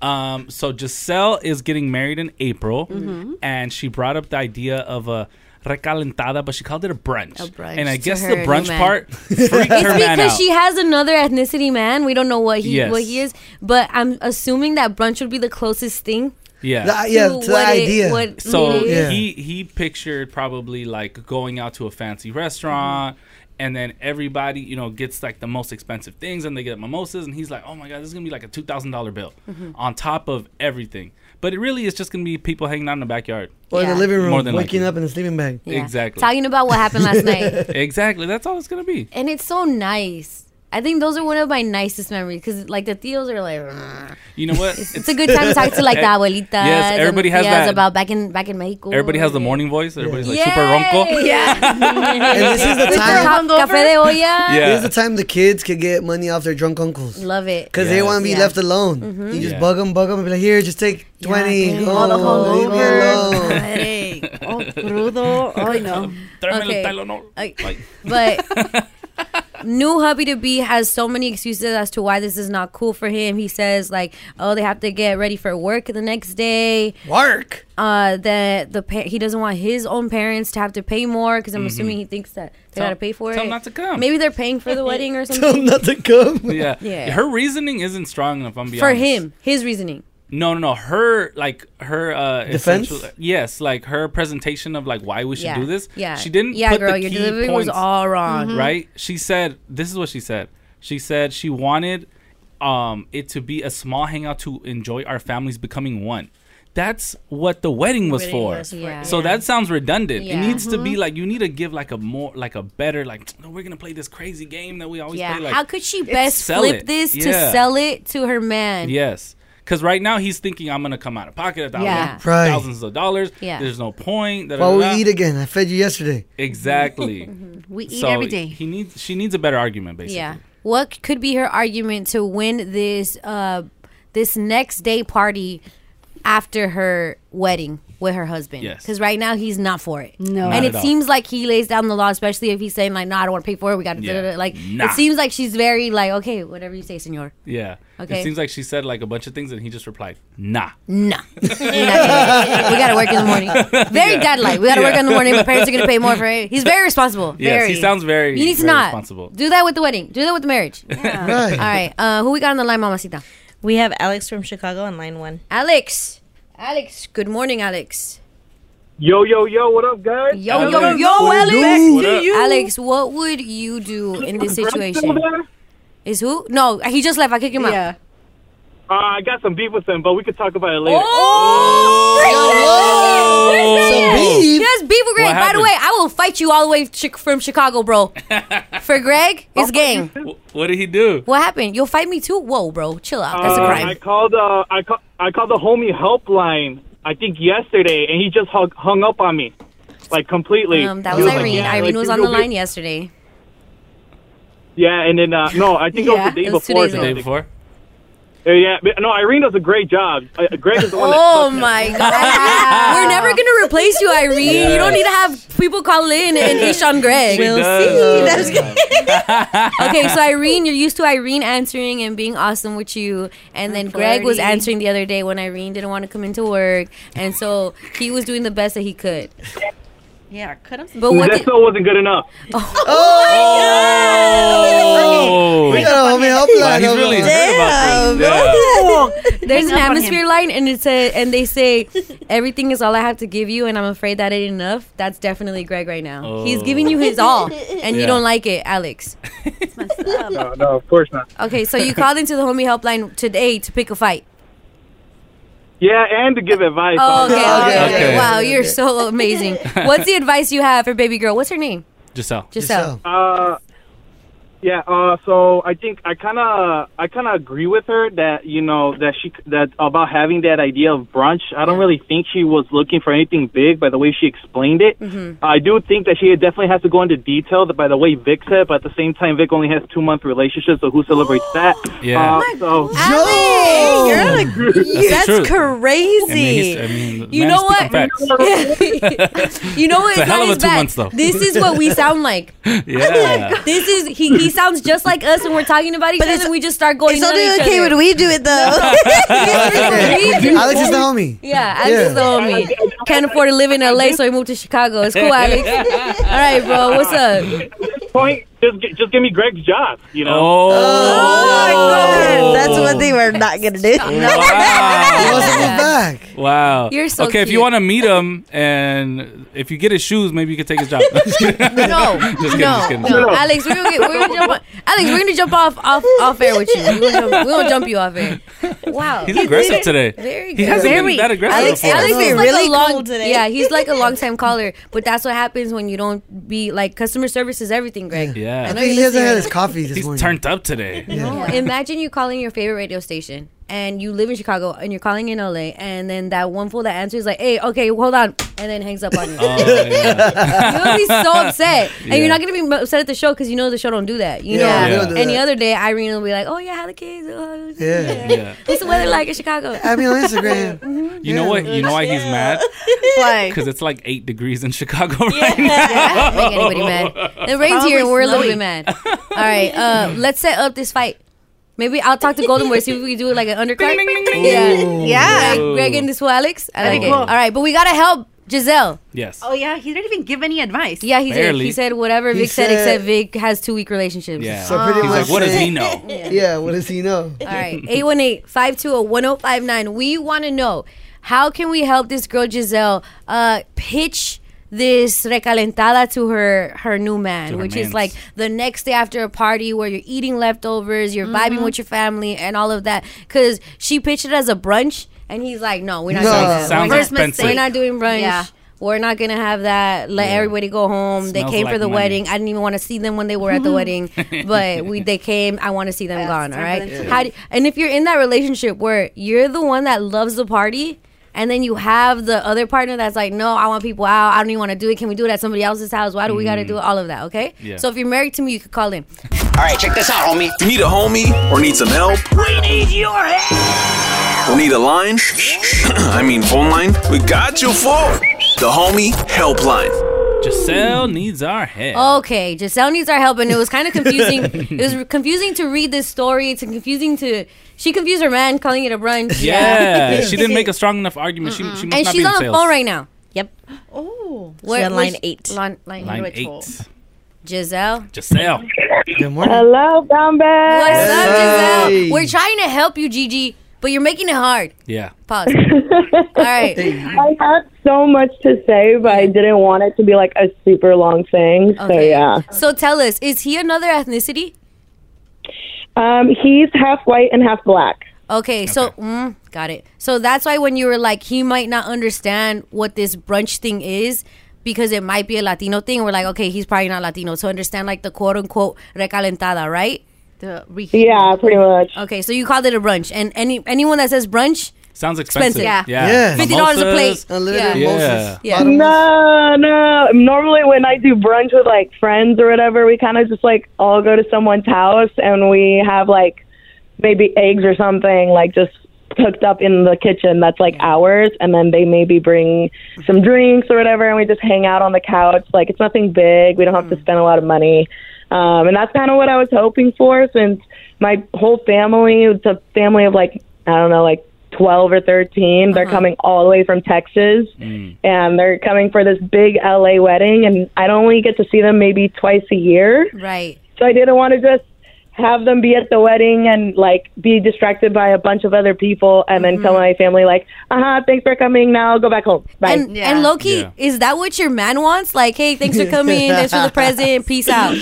Um, so Giselle is getting married in April, Mhm. and she brought up the idea of a recalentada, but she called it a brunch. A brunch and I to guess her the new brunch man. part freaked her man Because out. she has another ethnicity man. We don't know what he Yes. what he is, but I'm assuming that brunch would be the closest thing. yeah, The- yeah, to to the what it- idea. what mm-hmm. so it is. he he pictured probably like going out to a fancy restaurant. Mm-hmm. And then everybody, you know, gets like the most expensive things, and they get mimosas, and he's like, "Oh my god, this is gonna be like a two thousand dollar bill Mm-hmm. Mhm. on top of everything." But it really is just gonna be people hanging out in the backyard Or in the living room, More than waking likely. up in a sleeping bag. Yeah. Exactly. Talking about what happened last night. exactly. That's all it's gonna be. And it's so nice. I think those are one of my nicest memories because like the theos are like. "Rrr." You know what? It's a good time to talk to like the abuelitas. Yes, and everybody has tias that. about back in back in Mexico. everybody has the morning voice. Everybody's like Yay! super ronco. And this is the Super time. ca- Cafe de olla. Yeah. This is the time the kids could get money off their drunk uncles. Love it. Because they want to be Yeah. Mm-hmm. left alone. You just Yeah. bug 'em, bug 'em, and be like, here, just take 20. damn. go, All the leave me alone. Oh, crudo. Oh, no. Okay. I- but new hubby to be has so many excuses as to why this is not cool for him. He says like, oh, they have to get ready for work the next day. Work. Uh, that the pa- he doesn't want his own parents to have to pay more because I'm Mhm. assuming he thinks that they Tell- gotta pay for it. tell him not to come. Maybe they're paying for the wedding or something. Tell 'em not to come. yeah. Yeah. Her reasoning isn't strong enough. I'm being for him, his reasoning. No, no, no. Her like her uh Defense? essential- Yes, like her presentation of like why we should Yeah. do this. Yeah. She didn't. Yeah, put girl, the your key delivery was points, all wrong. Mm-hmm. Mhm. Right. She said this is what she said. She said she wanted um it to be a small hangout to enjoy our families becoming one. that's what the wedding was Wedding for. was for, Yeah. So that sounds redundant. Yeah. It needs to be Mhm. like you need to give like a more like a better like no, we're gonna play this crazy game that we always yeah. play. Like, How could she best Sell flip it. this Yeah. to sell it to her man? Yes. Because right now he's thinking I'm gonna come out of pocket a thousand, Yeah. Right. thousands of dollars. Yeah. There's no point. da, da, While we da, da. eat again, I fed you yesterday. Exactly. Mm-hmm. We eat So every day. He needs. She needs a better argument, basically. Yeah. What could be her argument to win this uh this next day party after her wedding with her husband? Yes. Because right now he's not for it. No. Not And at it all. seems like he lays down the law, especially if he's saying like, "No, I don't want to pay for it. We got to." Yeah. Like Nah. it seems like she's very like, "Okay, whatever you say, senor." Yeah. Okay. It seems like she said like a bunch of things, and he just replied, "Nah." Nah. You're not getting it. we got to work in the morning. Very Yeah. godlike. We got to work Yeah. in the morning. My parents are going to pay more for it. He's very responsible. Yes, Oh, very. he sounds very, You need to very not. responsible. Do that with the wedding. Do that with the marriage. Right. All right. Uh, who we got on the line, Mamacita? We have Alex from Chicago on line one. Alex. Alex. Good morning, Alex. Yo, yo, yo, what up, guys? Yo, yo, yo, Alex. Alex, what would you do in this situation? Is who? No, he just left. I kicked him out. Yeah. Uh, I got some beef with him, but we could talk about it later. Oh, Yes, yes, beef with Greg. What By the happened? way, I will fight you all the way chi- from Chicago, bro. For Greg, it's game. What did he do? What happened? You'll fight me too? Whoa, bro. Chill out. That's a Uh, crime. I called uh, I, ca- I called the homie helpline. I think yesterday, and he just hung, hung up on me, like completely. Um, that He was like, Irene. yeah, Irene like, was you- on the you'll be- line yesterday. Yeah, and then uh, no, I think Yeah, it was the day it was two before. Uh, days The day ago. before. Yeah, but, no, Irene does a great job. Uh, Greg is the one. Oh my god. We're never gonna replace you, Irene. You don't Yeah. need to have people call in and dish on Greg. She We'll does. see. okay, so Irene, you're used to Irene answering and being awesome with you, and then Greg was flirty. answering the other day when Irene didn't want to come into work, and so he was doing the best that he could. Yeah, cut him. But what that did- still wasn't good enough. Oh, We got a homie helpline Wow, he's over really there. hurt about this. Damn. Yeah. There's Hang an up on atmosphere line, and it said, and they say, "Everything is all I have to give you," and I'm afraid that ain't enough. That's definitely Greg right now. He's Oh. giving you his all, and you Yeah. don't like it, Alex. No, no, of course not. Okay, so you called into the homie helpline today to pick a fight. Yeah, and to give advice. Oh, okay, okay, honestly. okay. Wow, you're so amazing. What's the advice you have for baby girl? What's her name? Giselle. Giselle. Uh, yeah. Uh, so I think I kind of I kind of agree with her that you know that she that about having that idea of brunch. I don't really think she was looking for anything big by the way she explained it. Mm-hmm. Mhm. I do think that she definitely has to go into detail by the way Vic said, but at the same time Vic only has two month relationship, so who celebrates that? Yeah. Uh, Oh so Hey, you're Oh. on a- That's that's true. crazy. uh, Um, You know what? you know what? It's a hell of a his two bad. months, though. This is what we sound like. oh Oh yeah. This is he. He sounds just like us when we're talking about each other. and We just start going. It's on only each okay other. when we do it though. Alex is the homie. Yeah, Alex is the Yeah. homie. Can't afford to live in LA, so he moved to Chicago. It's cool, Alex. All right, bro. What's up? Oh, point just gi- just give me Greg's job. You know. Oh. That's one thing we're not gonna do. Wow. You're so okay. If you cute. want to meet him, and if you get his shoes, maybe you could take his job. Just kidding. No, Just no, kidding, just kidding. no, Alex, we're gonna, get, we're gonna jump. On, Alex, we're gonna jump off off off air with you. We're gonna jump, we're gonna jump you off air. Wow, He's aggressive today. Very He hasn't been Very. that aggressive Alex, before. Alex He's is been like really a long, cool today. yeah, he's like a long time caller. But that's what happens when you don't be like customer service is everything, Greg. Yeah. I know you're listening. coffee He's turned up today. No, imagine you calling your favorite radio station and you live in Chicago and you're calling in LA and then that one fool that answers like, "Hey, okay, hold on," and then hangs up on you. Oh. You'll be so upset, and Yeah. you're not gonna be upset at the show because you know the show don't do that. You Yeah, know. we don't do Any that. other day, Irene will be like, "Oh yeah, how the kids? Oh, Yeah. What's the weather like in Chicago?" Add me on Instagram. You know what? You know why he's mad? Why? Because it's like eight degrees in Chicago right Yeah, now. make anybody mad. It rains Probably here, and we're a little snowy. bit mad. All right, uh, let's set up this fight. Maybe I'll talk to Golden Boy, see if we can do it like an undercard. Yeah, Yeah. Greg, Greg and this fool Alex. I That'd like be it. cool. All right, but we gotta help Giselle. Yes. Oh yeah, he didn't even give any advice. Yeah, he did. Barely. He said whatever He Vic said, said- except Vic has two week relationships. Yeah. So pretty He's much like, what does he saying- know? Yeah. what does he know? All right, oh, 818-520-1059. We want to know how can we help this girl Giselle uh, pitch this recalentada to her her new man, To her which is mans. like the next day after a party where you're Mm-hmm. eating leftovers, you're vibing with your family and all of that cuz she pitched it as a brunch And he's like, no, we're not No. doing that. Sounds First mistake, expensive. We're not doing brunch. Yeah. We're not gonna have that. Let everybody go home. they Smells came like for the money. wedding. I didn't even want to see them when they were Mm-hmm. at the wedding, but we they came. I want to see them gone. All right. them to How leave. do, and if you're in that relationship where you're the one that loves the party, and then you have the other partner that's like, no, I want people out. I don't even want to do it. Can we do it at somebody else's house? Why do we got to Mm. do all of that? Okay. Yeah. So if you're married to me, you could call in. All right, check this out, homie. If you need a homie or need some help, We need your help. or need a line, I mean phone line, we got you for the homie helpline. Giselle needs our head. Oh, Okay, Giselle needs our help, and it was kind of confusing. it was confusing to read this story. It's confusing to she confused her man calling it a brunch. Yeah, she didn't make a strong enough argument. She, she must and not she's be in on the sales. phone right now. Yep. Oh, What- on which- line eight. Line, line, Line which- eight. Giselle. Giselle. Good Hello, Brownback. What's up, Giselle? We're trying to help you, Gigi, but you're making it hard. Yeah. Pause. All right. I had so much to say, but I didn't want it to be like a super long thing. So Okay. yeah, So tell us, is he another ethnicity? um, he's half white and half black. Okay, so mm, got it. So that's why when you were like, he might not understand what this brunch thing is because it might be a Latino thing. We're like, okay, he's probably not Latino. So understand like the quote unquote recalentada, right? The Yeah, pretty much. Okay, so you called it a brunch, and any anyone that says brunch, Sounds expensive. expensive. Yeah. yeah. Yeah. $50 a plate. A little yeah. bit of yeah. yeah, No, no. Normally, when I do brunch with like friends or whatever, we kind of just like all go to someone's house and we have like maybe eggs or something like just cooked up in the kitchen that's like ours and then they maybe bring some drinks or whatever and we just hang out on the couch like it's nothing big we don't have to spend a lot of money um and that's kind of what i was hoping for since my whole family it's a family of like i don't know like 12 or 13 they're coming all the way from texas Mm. and they're coming for this big LA wedding, and I only get to see them maybe twice a year. Right. So I didn't want to just have them be at the wedding and like be distracted by a bunch of other people, and then tell my family like, "Uh huh, thanks for coming. Now go back home." Bye. and and Loki, is that what your man wants? Like, hey, thanks for coming, thanks for the present, peace out.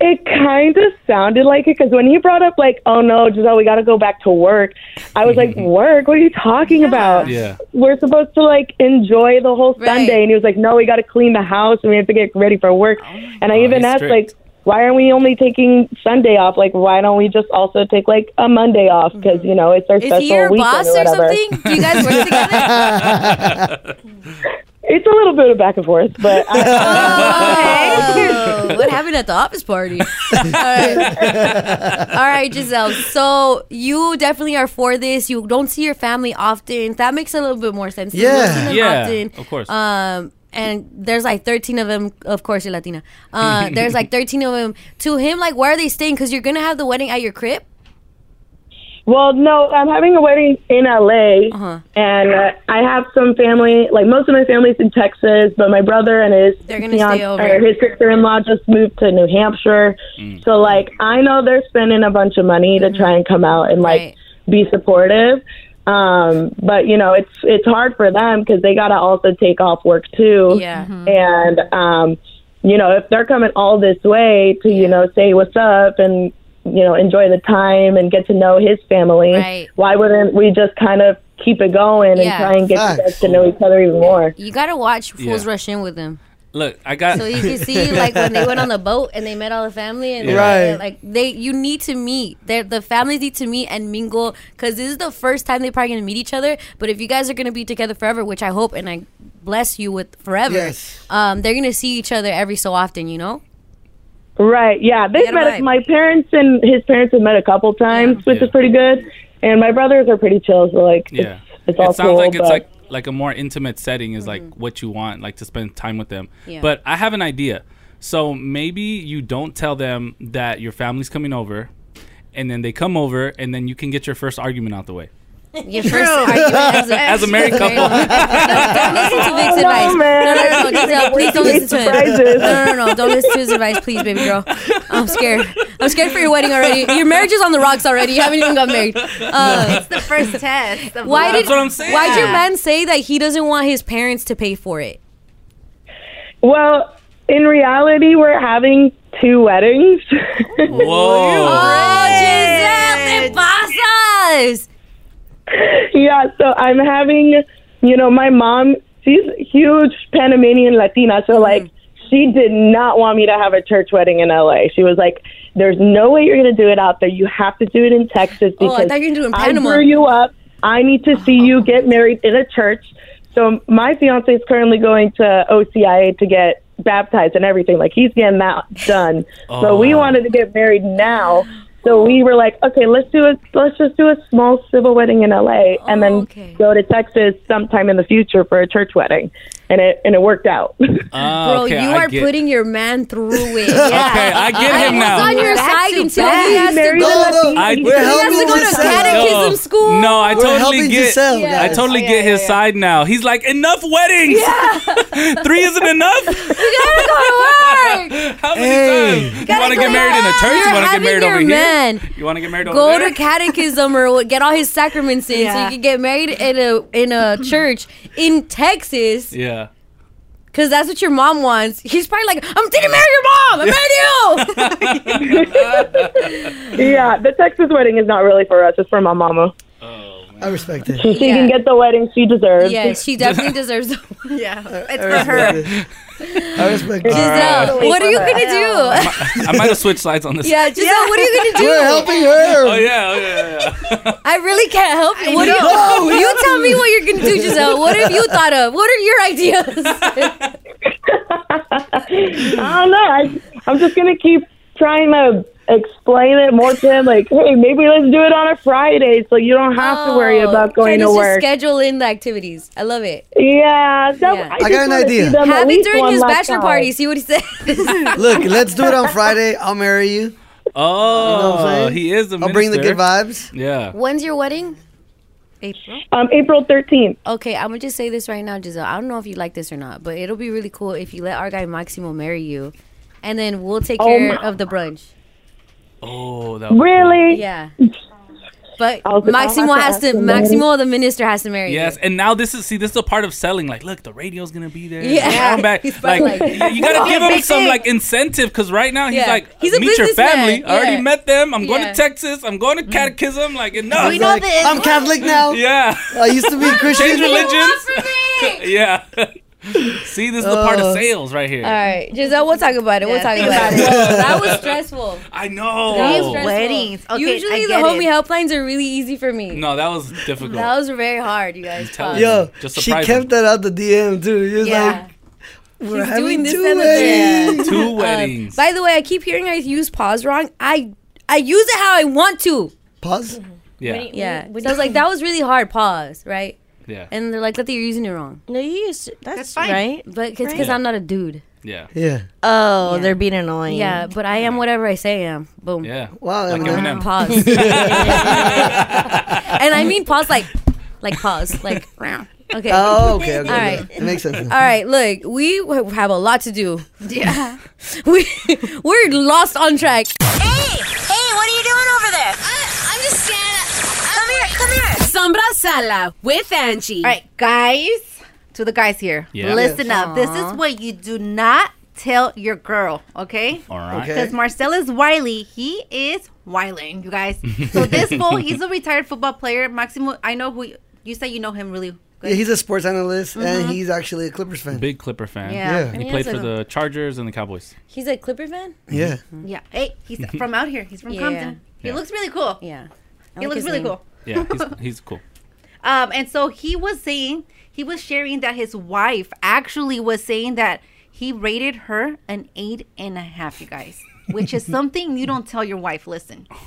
It kind of sounded like it because when he brought up like, "Oh no, Giselle, we got to go back to work," I was Mm-hmm. like, "Work? What are you talking about? Yeah. We're supposed to like enjoy the whole Sunday." And he was like, "No, we got to clean the house and we have to get ready for work." Oh and I even he's asked strict. like, "Why aren't we only taking Sunday off? Like, why don't we just also take like a Monday off? Because you know it's our Mm-hmm. Is special he your weekend boss or or whatever." something? Do you guys work It's a little bit of back and forth, but Oh, what happened at the office party? All right. All right, Giselle. So you definitely are for this. You don't see your family often. That makes a little bit more sense. You don't Yeah. see them Yeah, often. of course. Um, and there's like 13 of them. Of course, you're Latina. Uh, there's like 13 of them. To him, like, where are they staying? Because you're gonna have the wedding at your crib. Well, no, I'm having a wedding in LA, Uh-huh. and uh, I have some family. Like most of my family's in Texas, but my brother and his They're gonna stay over. or his sister-in-law just moved to New Hampshire. So, like, I know they're spending a bunch of money to try and come out and like be supportive. Um, but you know, it's it's hard for them because they gotta also take off work too. Yeah. And um, you know, if they're coming all this way to you know say what's up and you know enjoy the time and get to know his family, Right. why wouldn't we just kind of keep it going and Yeah. try and get you guys to know each other even more? You gotta watch fools Yeah. rush in with them. Look, I got. So you can see like when they went on the boat and they met all the family and Yeah. they- Right. like they you need to meet. They're, the families need to meet and mingle because this is the first time they're probably gonna meet each other. But if you guys are gonna be together forever, which I hope and I bless you with forever, Yes. um, they're gonna see each other every so often. You know. Right. Yeah. They've Get met away. my parents and his parents have met a couple times, which is pretty good. And my brothers are pretty chill, so like Yeah. it's, it's all it sounds cool. like it's but- like like a more intimate setting is like Mm-hmm. what you want, like to spend time with them. Yeah. But I have an idea. So maybe you don't tell them that your family's coming over, and then they come over, and then you can get your first argument out the way. Your first argument as a, As a married couple. no, don't listen to Vic's advice. No, no, no, Giselle, please don't listen to him. No, no, no, don't listen to his advice, please, baby girl. I'm scared. I'm scared for your wedding already. Your marriage is on the rocks already. You haven't even got married. Uh, It's the first test. of why love. did why'd your man say that he doesn't want his parents to pay for it? Well, in reality, we're having two weddings. Whoa. Oh, Giselle, te pasas. yeah, so I'm having, you know, my mom, she's huge Panamanian Latina. Mm-hmm. So, like, she did not want me to have a church wedding in LA. She was like, there's no way you're going to do it out there. You have to do it in Texas Oh, I because thought you were doing I Panama. grew you up. I need to see you get married in a church. So, my fiance is currently going to OCIA to get baptized and everything. Like, he's getting that done. So, we Oh. wanted to get married now. So we were like, okay, let's do a let's just do a small civil wedding in LA and Oh, then go to Texas sometime in the future for a church wedding. And it and it worked out. Bro, okay, you I are get- putting your man through it. Okay, I get I him was now. on your That's side too until bad. he has to Married go. a Latina. I- he We're has to helping go to Giselle. catechism No. school. Oh, No, I totally helping get. Giselle, I guys. totally get his side now. He's like, enough weddings. Three isn't enough. You gotta go to work. How many times? You Gotta want to go get married in a church? You're you want to get having married your over man. here? You want to get married over Go there? to catechism or what- get all his sacraments in, so you can get married in a in a church in Texas, yeah. because that's what your mom wants. He's probably like, "I'm gonna marry your mom. I married you." yeah, the Texas wedding is not really for us, it's for my mama. I respect it. She, she can get the wedding she deserves. yeah, she definitely deserves. yeah, it's for her. I respect it. Giselle, what are you gonna do? I might have switched sides on this. Yeah, Giselle, what are you gonna do? We're helping her. Oh yeah, oh, yeah, yeah. I really can't help you. What do know. you, No. you tell me what you're gonna do, Giselle. What have you thought of? What are your ideas? I don't know. I, I'm just gonna keep trying to explain it more to him. Like, hey, maybe let's do it on a Friday, so you don't have to worry Oh. Oh, about Trying going to just work. schedule in the activities. I love it. Yeah, that, I, just wanna see them at Have it least during one his last bachelor time. party. See what he says. Look, let's do it on Friday. I'll marry you. Oh, what I'm saying? he is the. I'll bring the minister. good vibes. Yeah. When's your wedding? April. Um, April 13th. Okay, I'm gonna just say this right now, Giselle. I don't know if you like this or not, but it'll be really cool if you let our guy Maximo marry you, and then we'll take Oh care my- of the brunch. Oh, that. Really? Yeah. But I'll- I'll Maximo have to has ask to. him, Maximo, the minister, has to marry. you. Yes, and now this is see this is a part of selling. Like, look, the radio's gonna be there. Yeah. Yeah, back. He's Like, probably like, y- you gotta "Wow, give him big some thing." like incentive because right now he's Yeah. like, He's a meet your businessman. family. I Yeah. already met them. I'm going Yeah. to Texas. I'm going to catechism. Like enough. We know Like, this. "I'm Catholic now." Yeah, I used to be Christian. Change religions. yeah. see, this is the part of Uh. sales right here. All right, Giselle, we'll talk about it. We'll talk about it. Whoa, that was stressful. I That was know. stressful. Weddings. Okay, Usually I the get homie it. helplines are really easy for me. No, that was difficult. That was very hard, you guys. Fuck. Yo, Just she surprise kept that out the DM too. He was Yeah. like, we're She's having doing this two and that. weddings. Two weddings. Um, By the way, I keep hearing I use pause wrong. I I use it how I want to. Pause. yeah. Yeah. so I was like, that was really hard. Pause. Right. Yeah. And they're like, that you're using it wrong. No, you used that's, fine. right. But it's Right. because I'm not a dude. Yeah. Yeah. Oh, they're being annoying. Yeah, but I am whatever I say I am. Boom. Yeah. Wow, Like Eminem. Pause. and I mean pause like, like pause like. Okay. Oh, okay, okay. All right. It makes sense. All right, look, we w- have a lot to do. Yeah. we we're lost on track. Hey, what are you doing over there? I'm just standing. Come here, come here. Sombra Sala with Angie. All right, guys, to the guys here. Yeah. Listen Yes. up. This Aw. is what you do not tell your girl, okay? All right. Okay. Because Marcellus Wiley, he is wiling, you guys. So this fool, he's a retired football player. Maximo, I know who you say you know him really good. Yeah, he's a sports analyst and Mm-hmm. Mhm. he's actually a Clippers fan. Big Clipper fan. Yeah. Yeah. And he Yeah, played it's for like the Chargers and the Cowboys. He's a Clipper fan? Yeah. Yeah. Hey, he's from out here. He's from Yeah. Compton. He Yeah. looks really cool. Yeah. He like looks his really name. cool. Yeah, he's, he's cool. Um, and so he was saying, he was sharing that his wife actually was saying that he rated her an eight and a half, you guys, which is something you don't tell your wife. Listen. Oh,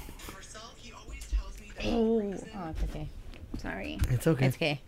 oh, it's okay. Sorry. It's okay. It's okay.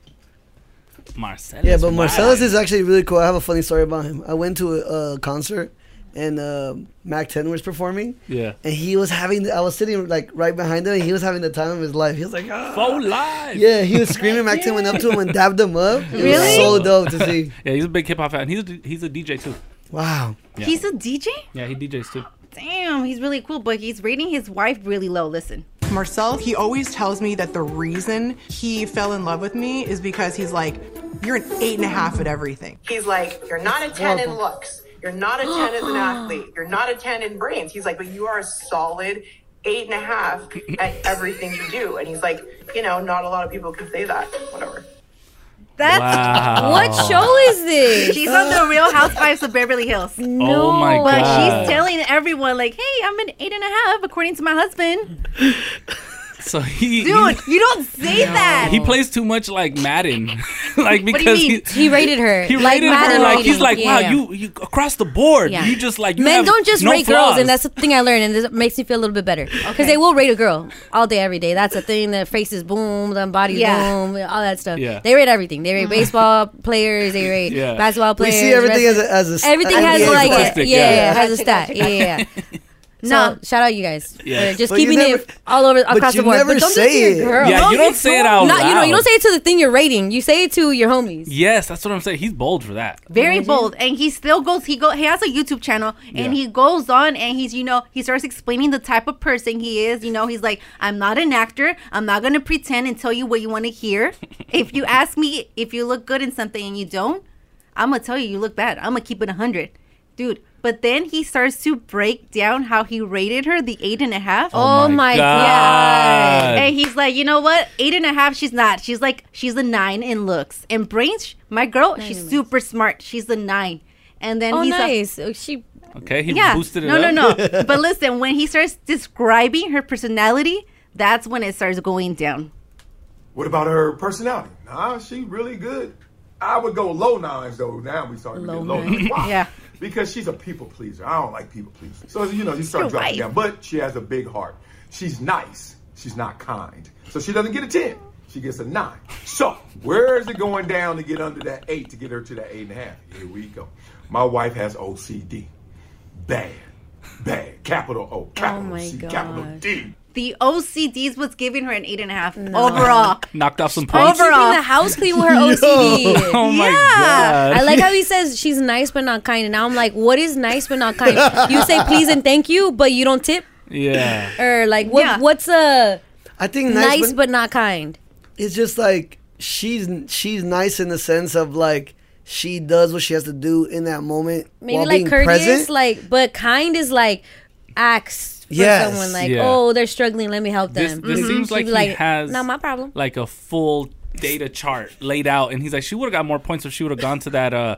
Marcellus. Yeah, but Marcellus Wiley. is actually really cool. I have a funny story about him. I went to a, a concert and uh, Mac 10 was performing. Yeah. And he was having, the, I was sitting like right behind him and he was having the time of his life. He was like, ah. Full live. Yeah, he was screaming. Mac 10 went up to him and dabbed him up. It was Really? so dope to see. Yeah, he's a big hip hop fan. He's a, he's a DJ too. Wow. Yeah. He's a DJ? yeah, he DJs too. Damn, he's really cool, but he's rating his wife really low. Listen. Marcel, he always tells me that the reason he fell in love with me is because he's like, you're an eight and a half at everything. He's like, you're not a It's 10 in horrible. looks. You're not a 10 as an athlete. You're not a 10 in brains. He's like, but you are a solid eight and a half at everything you do. And he's like, you know, not a lot of people can say that. Whatever. That's Wow. what show is this? She's on the Real Housewives of Beverly Hills. No. Oh my but God. she's telling everyone like, "Hey, I'm an eight and a half according to my husband." So he Dude, you don't say that. he plays too much like Madden, like What do you because mean? he, He rated her. He Like rated Madden her like rating. he's like, wow, Yeah. you, you across the board, Yeah. you just like you Men have don't just no rate flaws. girls, and that's the thing I learned, and this makes me feel a little bit better because they will rate a girl all day, every day. That's a thing. Their faces boom, their bodies Yeah. boom, all that stuff. Yeah. They rate everything. They rate baseball players. They rate Yeah. basketball We players. see everything as a- wrestlers. as a- everything as has a like a, statistic, yeah, yeah. yeah, has a stat. Yeah, yeah. yeah. No, shout out you guys Yeah. for just But you keeping never- it all over but across you the board. never but don't say do it to your it. girl. Yeah, you don't say it out Not- You know, you loud. don't say it to the thing you're rating. You say it to your homies. yes, that's what I'm saying. He's bold for that. Very bold, and he still goes. He go. He has a YouTube channel, Yeah. and he goes on, and he's you know he starts explaining the type of person he is. You know, he's like, I'm not an actor. I'm not gonna pretend and tell you what you want to hear. if you ask me if you look good in something and you don't, I'm gonna tell you you look bad. I'm gonna keep it hundred, dude. But then he starts to break down how he rated her the eight and a half. Oh Oh my my God. God. And he's like, you know what? Eight and a half. She's not. She's like, she's a nine in looks and brains. My girl, she's super smart. She's a nine. And then Oh, he's nice. she. Okay, he boosted it no, up. No, no, but listen, when he starts describing her personality, that's when it starts going down. Oh, What about her personality? Nah, she really good. I would go low nines though. Now we starting to get low nines. Why? Yeah. Because she's a people pleaser. I don't like people pleasers. So you know, you start your dropping wife. down. But she has a big heart. She's nice. She's not kind. So she doesn't get a ten. She gets a nine. So where is it going down to get under that eight to get her to that eight and a half? Here we go. My wife has OCD. Bad. Bad. Capital O. Capital my C. Capital gosh. D. The OCDs was giving her an eight and a half overall. knocked off some Overall. points. Keeping the house clean with her OCD. Oh my god! I like how he says she's nice but not kind, and now I'm like, what is nice but not kind? You say please and thank you, but you don't tip, Yeah. or like what? What's a I think nice, nice but, not kind? it's just like she's she's nice in the sense of like she does what she has to do in that moment Maybe while like being courteous, present. like but kind is like acts for Yes. someone like, Yeah. oh, they're struggling, let me help This, them. this Mhm. seems She'd like be he has not my problem. Like a full data chart laid out, and he's like, she would have got more points if she would have gone to that uh,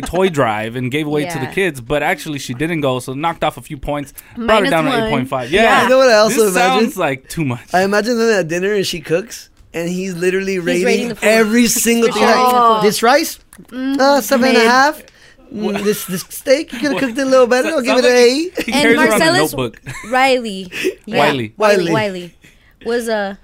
toy drive and gave away to the Yeah. kids, but actually she didn't go, so knocked off a few points, brought Minus it down to one. eight point five. Yeah. Yeah, You know what I also this imagine? sounds like too much. I imagine them at dinner and she cooks and he's literally rating, rating the food. every single He's thing. rating the Oh. Like, food. this rice, Mm-hmm. uh, seven and a Mid. half. Mm, this this steak, you could have cooked it a little better. I'll give it an eight. He carries around a Marcellus- notebook. Riley. Wiley. Wiley. Wiley. Wiley was a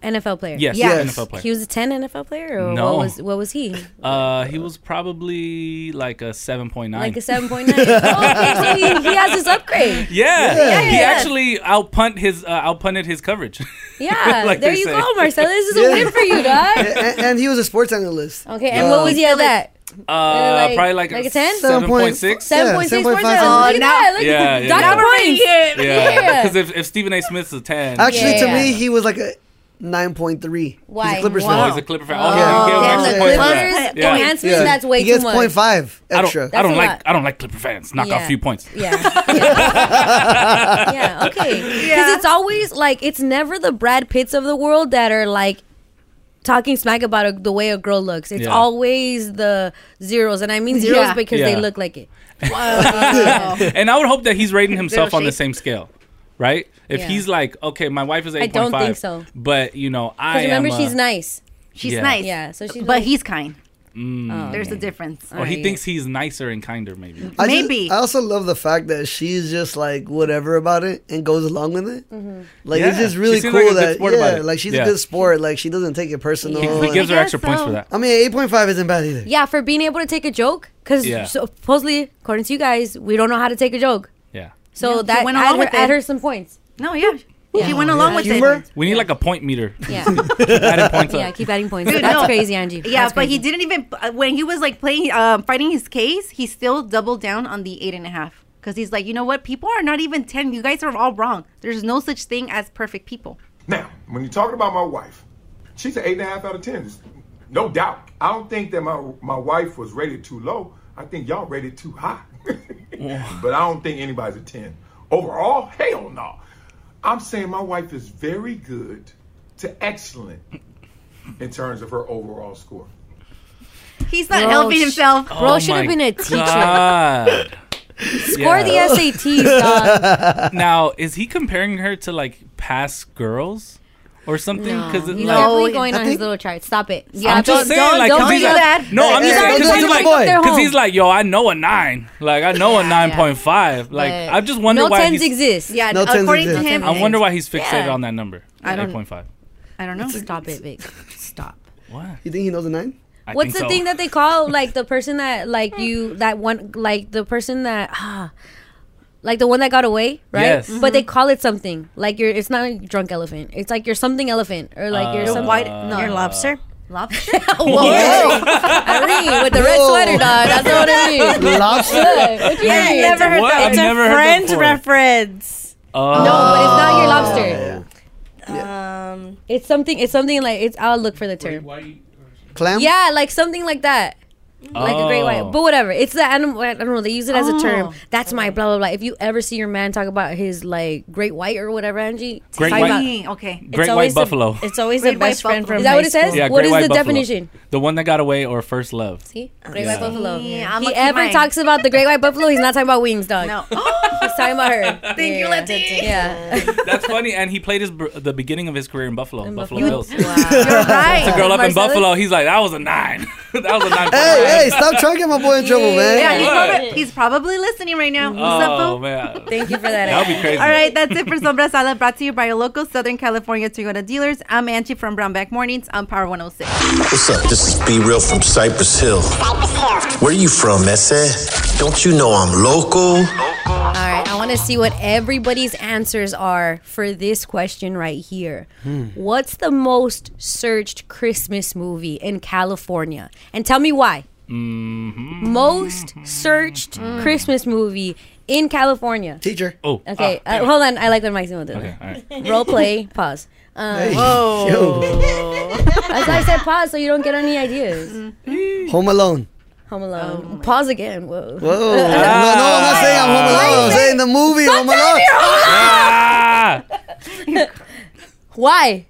NFL player. Yes, Yes. NFL player. He was a ten NFL player, or No. what was what was he? Uh, he was probably like a seven point nine. Like a seven point nine. oh, he, he has his upgrade. Yeah. Yeah, he yeah. actually outpunt his uh, outpunted his coverage. Yeah, Like there they you say. go, Marcella. This is a win for you, dog. Oh, and, and he was a sports analyst. Okay, and what was he at that? Uh, probably like, like a a 10? 7.6. 7.6 7.5. points. Oh, Oh, look at now- that. Look Yeah, at yeah. yeah, Dr. Points. Yeah. Because if, if Stephen A. Smith's a 10. Actually, to yeah. me, he was like a nine point three. Why? He's a Clippers Oh, fan. he's a Clipper fan. Oh, he gave him Damn, extra the points for Clippers that. enhancement, Yeah. that's way he too gets much. point five I don't, extra. I don't a like lot. I don't like Clipper fans. Knock off Yeah. a few points. Yeah, okay. Because it's always like it's never the Brad Pitts of the world that are like talking smack about a, the way a girl looks. It's Yeah. always the zeros, and I mean zeros Yeah. because Yeah. they look like it. and I would hope that he's rating himself Little on the shape. same scale, right? If Yeah. he's like, okay, my wife is I eight don't point five. think so. But you know, I Because remember, am, uh, she's nice. She's Yeah. nice. Yeah, so she's but like- Oh, he's kind. Mm. There's a difference. Or he thinks he's nicer and kinder, maybe. I just- I also love the fact that she's just like whatever about it and goes along with it. Mm-hmm. Like it's Yeah. just She really seems cool like a good that sport yeah, about it. like she's Yeah. a good sport. Like she doesn't take it personal. He- he gives her I guess extra points so. for that. I mean, eight point five isn't bad either. Yeah, for being able to take a joke. Because Yeah. supposedly, according to you guys, we don't know how to take a joke. Yeah. So Yeah, she that went add along her, with it. add her some points. No, yeah. She went along with it. We need like a point meter. Yeah. Adding points Yeah, up. keep adding points. Dude, That's no. crazy, Angie. Yeah, That's but he crazy. didn't even uh, when he was like playing, um, fighting his case. He still doubled down on the eight and a half because he's like, you know what? People are not even ten. You guys are all wrong. There's no such thing as perfect people. Now, when you're talking about my wife, she's an eight and a half out of ten. There's No doubt. I don't think that my my wife was rated too low. I think y'all rated too high. but I don't think anybody's a ten. Overall, hell no. I'm saying my wife is very good to excellent in terms of her overall score. He's not Bro, helping sh- himself. bro, Oh should have my been a teacher. God. Score Yeah. the SATs, dog. now, is he comparing her to like past girls or something? Because He's definitely going on his little chart. Stop it. Yeah, I'm don't- just saying, don't- like, don't 'cause do he's like- that. no, I'm Hey, hey, just saying, don't because he's do that like, to their because home. he's like, yo, I know a nine, like I know a nine point five, like But I just wonder no why tens he's- exist. Yeah, No tens according to exist. him, I wonder why he's yeah. fixated on that number, I don't- eight point five. I don't know. Stop it, Vic. Stop. What? You think he knows the nine? I What's think the so. thing that they call like the person that like you that one like the person that ah, like the one that got away, right? Yes. But they call it something. Like you're it's not a drunk elephant. It's like you're something elephant or like you're Uh, some White- no. You're lobster? Lobster? Whoa. Irene with the red sweater, dog. That's what I mean. Lobster? Look, what you Yeah, mean? I've never heard What? that. I've It's never a heard French before. reference. No, but it's not your lobster. Um, It's something. It's something like it's. I'll look for the term. Clam? Yeah, like something like that. Like a great Oh. white, but whatever. It's the animal. I don't know. They use it as a term. That's my blah blah blah. If you ever see your man talk about his like great white or whatever, Angie, Great talk white- about- okay. Great white always the- buffalo. it's always Great the white best friend buffalo. from Is that high what it says? school. Yeah, What Great is White the Buffalo. definition? The one that got away or first love. See, great Yeah. white buffalo. Yeah, I'ma he keep ever mine. talks about the great white buffalo, he's not talking about wings, dog. No, he's talking about her. Thank you, Leti. Yeah. That's funny, and he played his br- the beginning of his career in Buffalo, Buffalo Buffalo. Bills. You're right. It's a girl up in Marcellus? Buffalo. He's like, that was a nine. that was a nine. Hey, hey, stop trying to get my boy in trouble, man. Yeah, he's probably, he's probably listening right now. What's up, Oh fool? man, Thank you for that. That would be crazy. All right, that's it for Sombra Salad, brought to you by your local Southern California Toyota dealers. I'm Angie from Brownback Mornings on Power 106. What's up? This is Be Real from Cypress Hill. Where you from, Messe? Don't you know I'm local? All right, I want to see what everybody's answers are for this question right here. Hmm. What's the most searched Christmas movie in California? And tell me why. Most searched Christmas movie in California. Teacher. Oh. Okay, uh, hold on. I like when Mike's doing that. Okay, all right. Role play, pause. Um, Hey, yo. That's why I said pause so you don't get any ideas. Home Alone. Home Alone. pause again. Whoa. Whoa. No, no, I'm not saying I'm Home Alone. I'm saying the movie Home Alone. Why?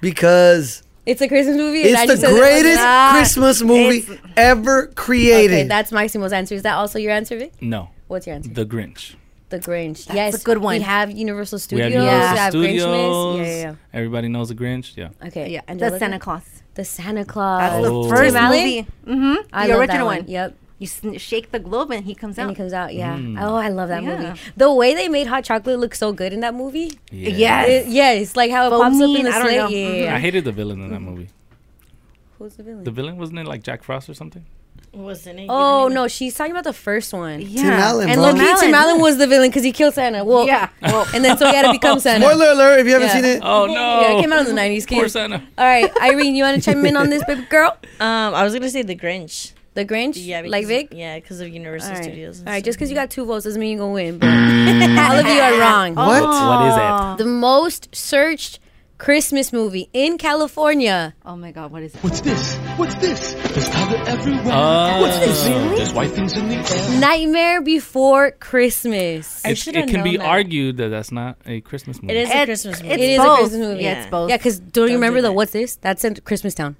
Because It's a Christmas movie. and I it's just the said it wasn't. greatest Ah. Christmas movie ever Okay, created. that's Maximo's answer. Is that also your answer, Vic? No, What's your answer? the Grinch. The Grinch. yes, a good one. We have Universal we Studios. have Universal Grinchmas. Studios. Yeah, yeah, Everybody knows the Grinch. Yeah. yeah. Okay. Yeah, Angelica? the Santa Claus. The Santa Claus. That's the Oh. first Tim Allen? movie. Mm-hmm. I the love that original one. one. Yep. You sn- shake the globe and he comes out. And he comes out, yeah. Mm. Oh, I love that Yeah. movie. The way they made hot chocolate look so good in that movie. Yeah. Yes. It- yes, like how it But pops up in mean, the I don't sleigh. know. Yeah, yeah, Mhm. yeah. Mm-hmm. I hated the villain in that movie. Who's Mm-hmm. the villain? The villain wasn't it like Jack Frost or something? Wasn't it? Oh no, she's talking about the first one. Yeah. Allen, and bro. look, Tim Tim Allen. Allen was the villain because he killed Santa. Well, yeah. and then so he had to become Santa. Spoiler alert if you haven't Yeah. seen it. Oh no. Yeah, it came out in the nineties. Poor Santa. All right, Irene, you want to chime in on this, baby girl? Um, I was gonna say the Grinch. The Grinch? Yeah, Like because- Vic? Yeah, because of Universal All right, Studios. All right just because you got two votes doesn't mean you're gonna win. But Mm. all of you are wrong. What? What is it? The most searched Christmas movie in California. Oh my God, what is it? What's this? What's this? There's color everywhere. Oh. What's this? There's white things in the air. Nightmare Before Christmas. It's- it can be argued that that's not a Christmas movie. It is a It's- Christmas it's movie. It is both. a Christmas movie. Yeah, it's both. Yeah, because don't, you remember the what's this? That's in Christmas Town.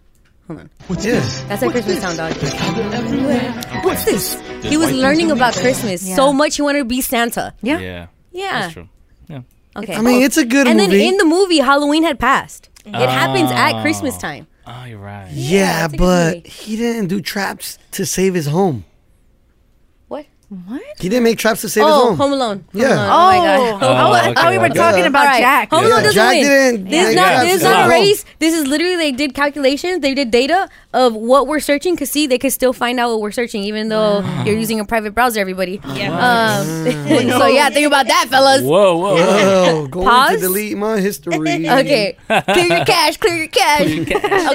Hold on. What's this? That's in Christmas Town, dog. Everywhere. What's this? He was white things learning in the about air. Christmas so much he wanted to be Santa. Yeah. Yeah. Yeah. That's true. Yeah. Okay. I mean, it's a good and movie. then in the movie, Halloween had passed. It happens Oh. at Christmas time. Oh, you're right. Yeah, but he didn't do traps to save his home. What? What? He didn't make traps to save oh, his home. Home Alone. Home Yeah. Alone. Oh, my God. Oh, Home Alone. I thought we were talking about All right. Jack. Home Yeah. Alone doesn't Jack win. didn't- this is yeah, not, yeah, this is yeah. not a Wow. race. This is literally they did calculations. They did data of what we're searching because see, they could still find out what we're searching even though you're using a private browser. Everybody. Wow. Um, so yeah, think about that, fellas. Whoa, whoa. Whoa, going Pause. to delete my history. Okay, clear your cash, clear your cash. Clear your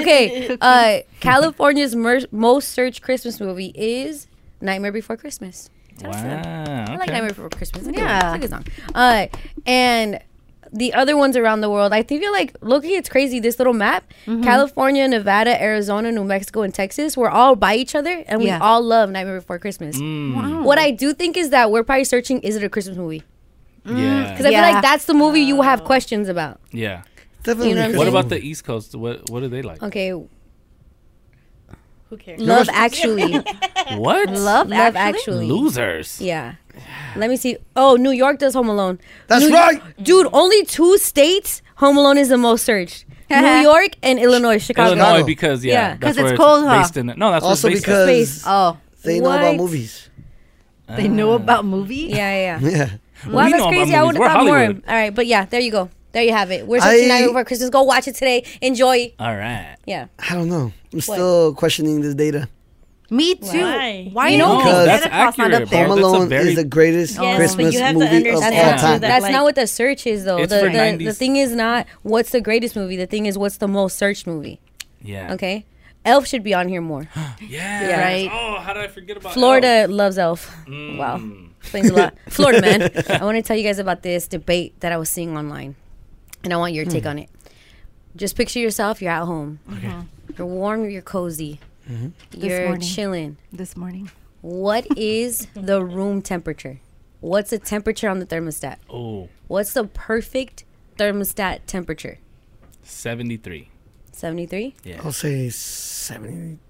okay, uh, California's mer- most searched Christmas movie is Nightmare Before Christmas. It's awesome. Wow, I like okay. Nightmare Before Christmas. Yeah. yeah, it's a good song. Uh, and the other ones around the world, I think you're like, look, it's crazy. This little map: California, Nevada, Arizona, New Mexico, and Texas. We're all by each other, and we Yeah. all love Nightmare Before Christmas. Mm. Oh. What I do think is that we're probably searching: is it a Christmas movie? Yeah. Because Mm-hmm. I feel like that's the movie you have questions about. Yeah. Definitely. You know what I'm what saying? about the East Coast? What What are they like? Okay. Who cares? Love Actually. What? Love, Actually. Losers. Yeah. Let me see. Oh, New York does Home Alone. That's New right. dude. Only two states Home Alone is the most searched. New York and Illinois, Chicago. Illinois because yeah, that's where based in. No, that's Also where it's based because- in. Space. Oh, They know about what? movies. Uh, They know about movies? Yeah, yeah. Ah. Yeah. Wow, that's We know about crazy. I would have movies. We're thought Hollywood. more. All right, but yeah, there you go. There you have it. We're I- such a night over Christmas. Go watch it today. Enjoy. All right. Yeah. I don't know. I'm still questioning this data. Me too. Why? Why, You know, Oh, is Santa Claus not up Home there? Alone very- is the greatest Yes, Christmas movie of all that's not, time. That's not what the search is, though. It's The, for the, the 90s. thing is not what's the greatest movie. The thing is what's the most searched movie. Yeah. Okay. Elf should be on here more. Yeah. Yeah. Right. Oh, how did I forget about Florida Elf? Mm. loves Elf. Wow. Explains a lot. Florida, man. I want to tell you guys about this debate that I was seeing online, and I want your take Hmm. on it. Just picture yourself, you're at home. Okay. Mhm. You're warm, you're cozy, Mm-hmm. Mhm. This you're morning. chilling. This morning. What is the room temperature? What's the temperature on the thermostat? Oh, What's the perfect thermostat temperature? 73. 73? Yeah. I'll say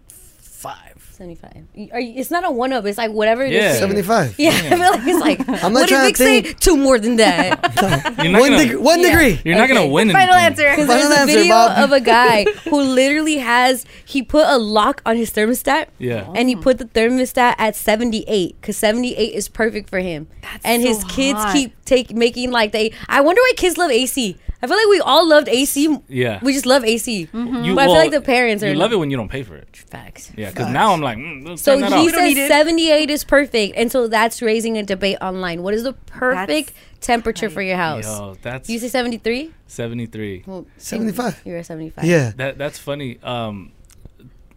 75. 75. Y- Are you, it's not a one up, it's like whatever it is. Yeah. for you. 75. Yeah, I feel like it's like, I'm not what did trying Vic to say? think. Two more than that. You're not One gonna- deg- one degree. You're not gonna win. Final anything. answer. Because there's Final a answer, video Bob. of a guy who literally has he put a lock on his thermostat. Yeah. And he put the thermostat at 78 because 78 is perfect for him. and so his kids hot. keep take making like they. I wonder why kids love AC. I feel like we all loved AC. Yeah. We just love AC. You- but I feel well, like the parents are. You love it when you don't pay for it. Facts. Yeah, because now I'm like, mm, let's So turn that he off. says 78 is perfect, and so that's raising a debate online. What is the perfect temperature for your house? Yo, that's you say 73? 73. Well, 75. You're at 75. That that's funny. Um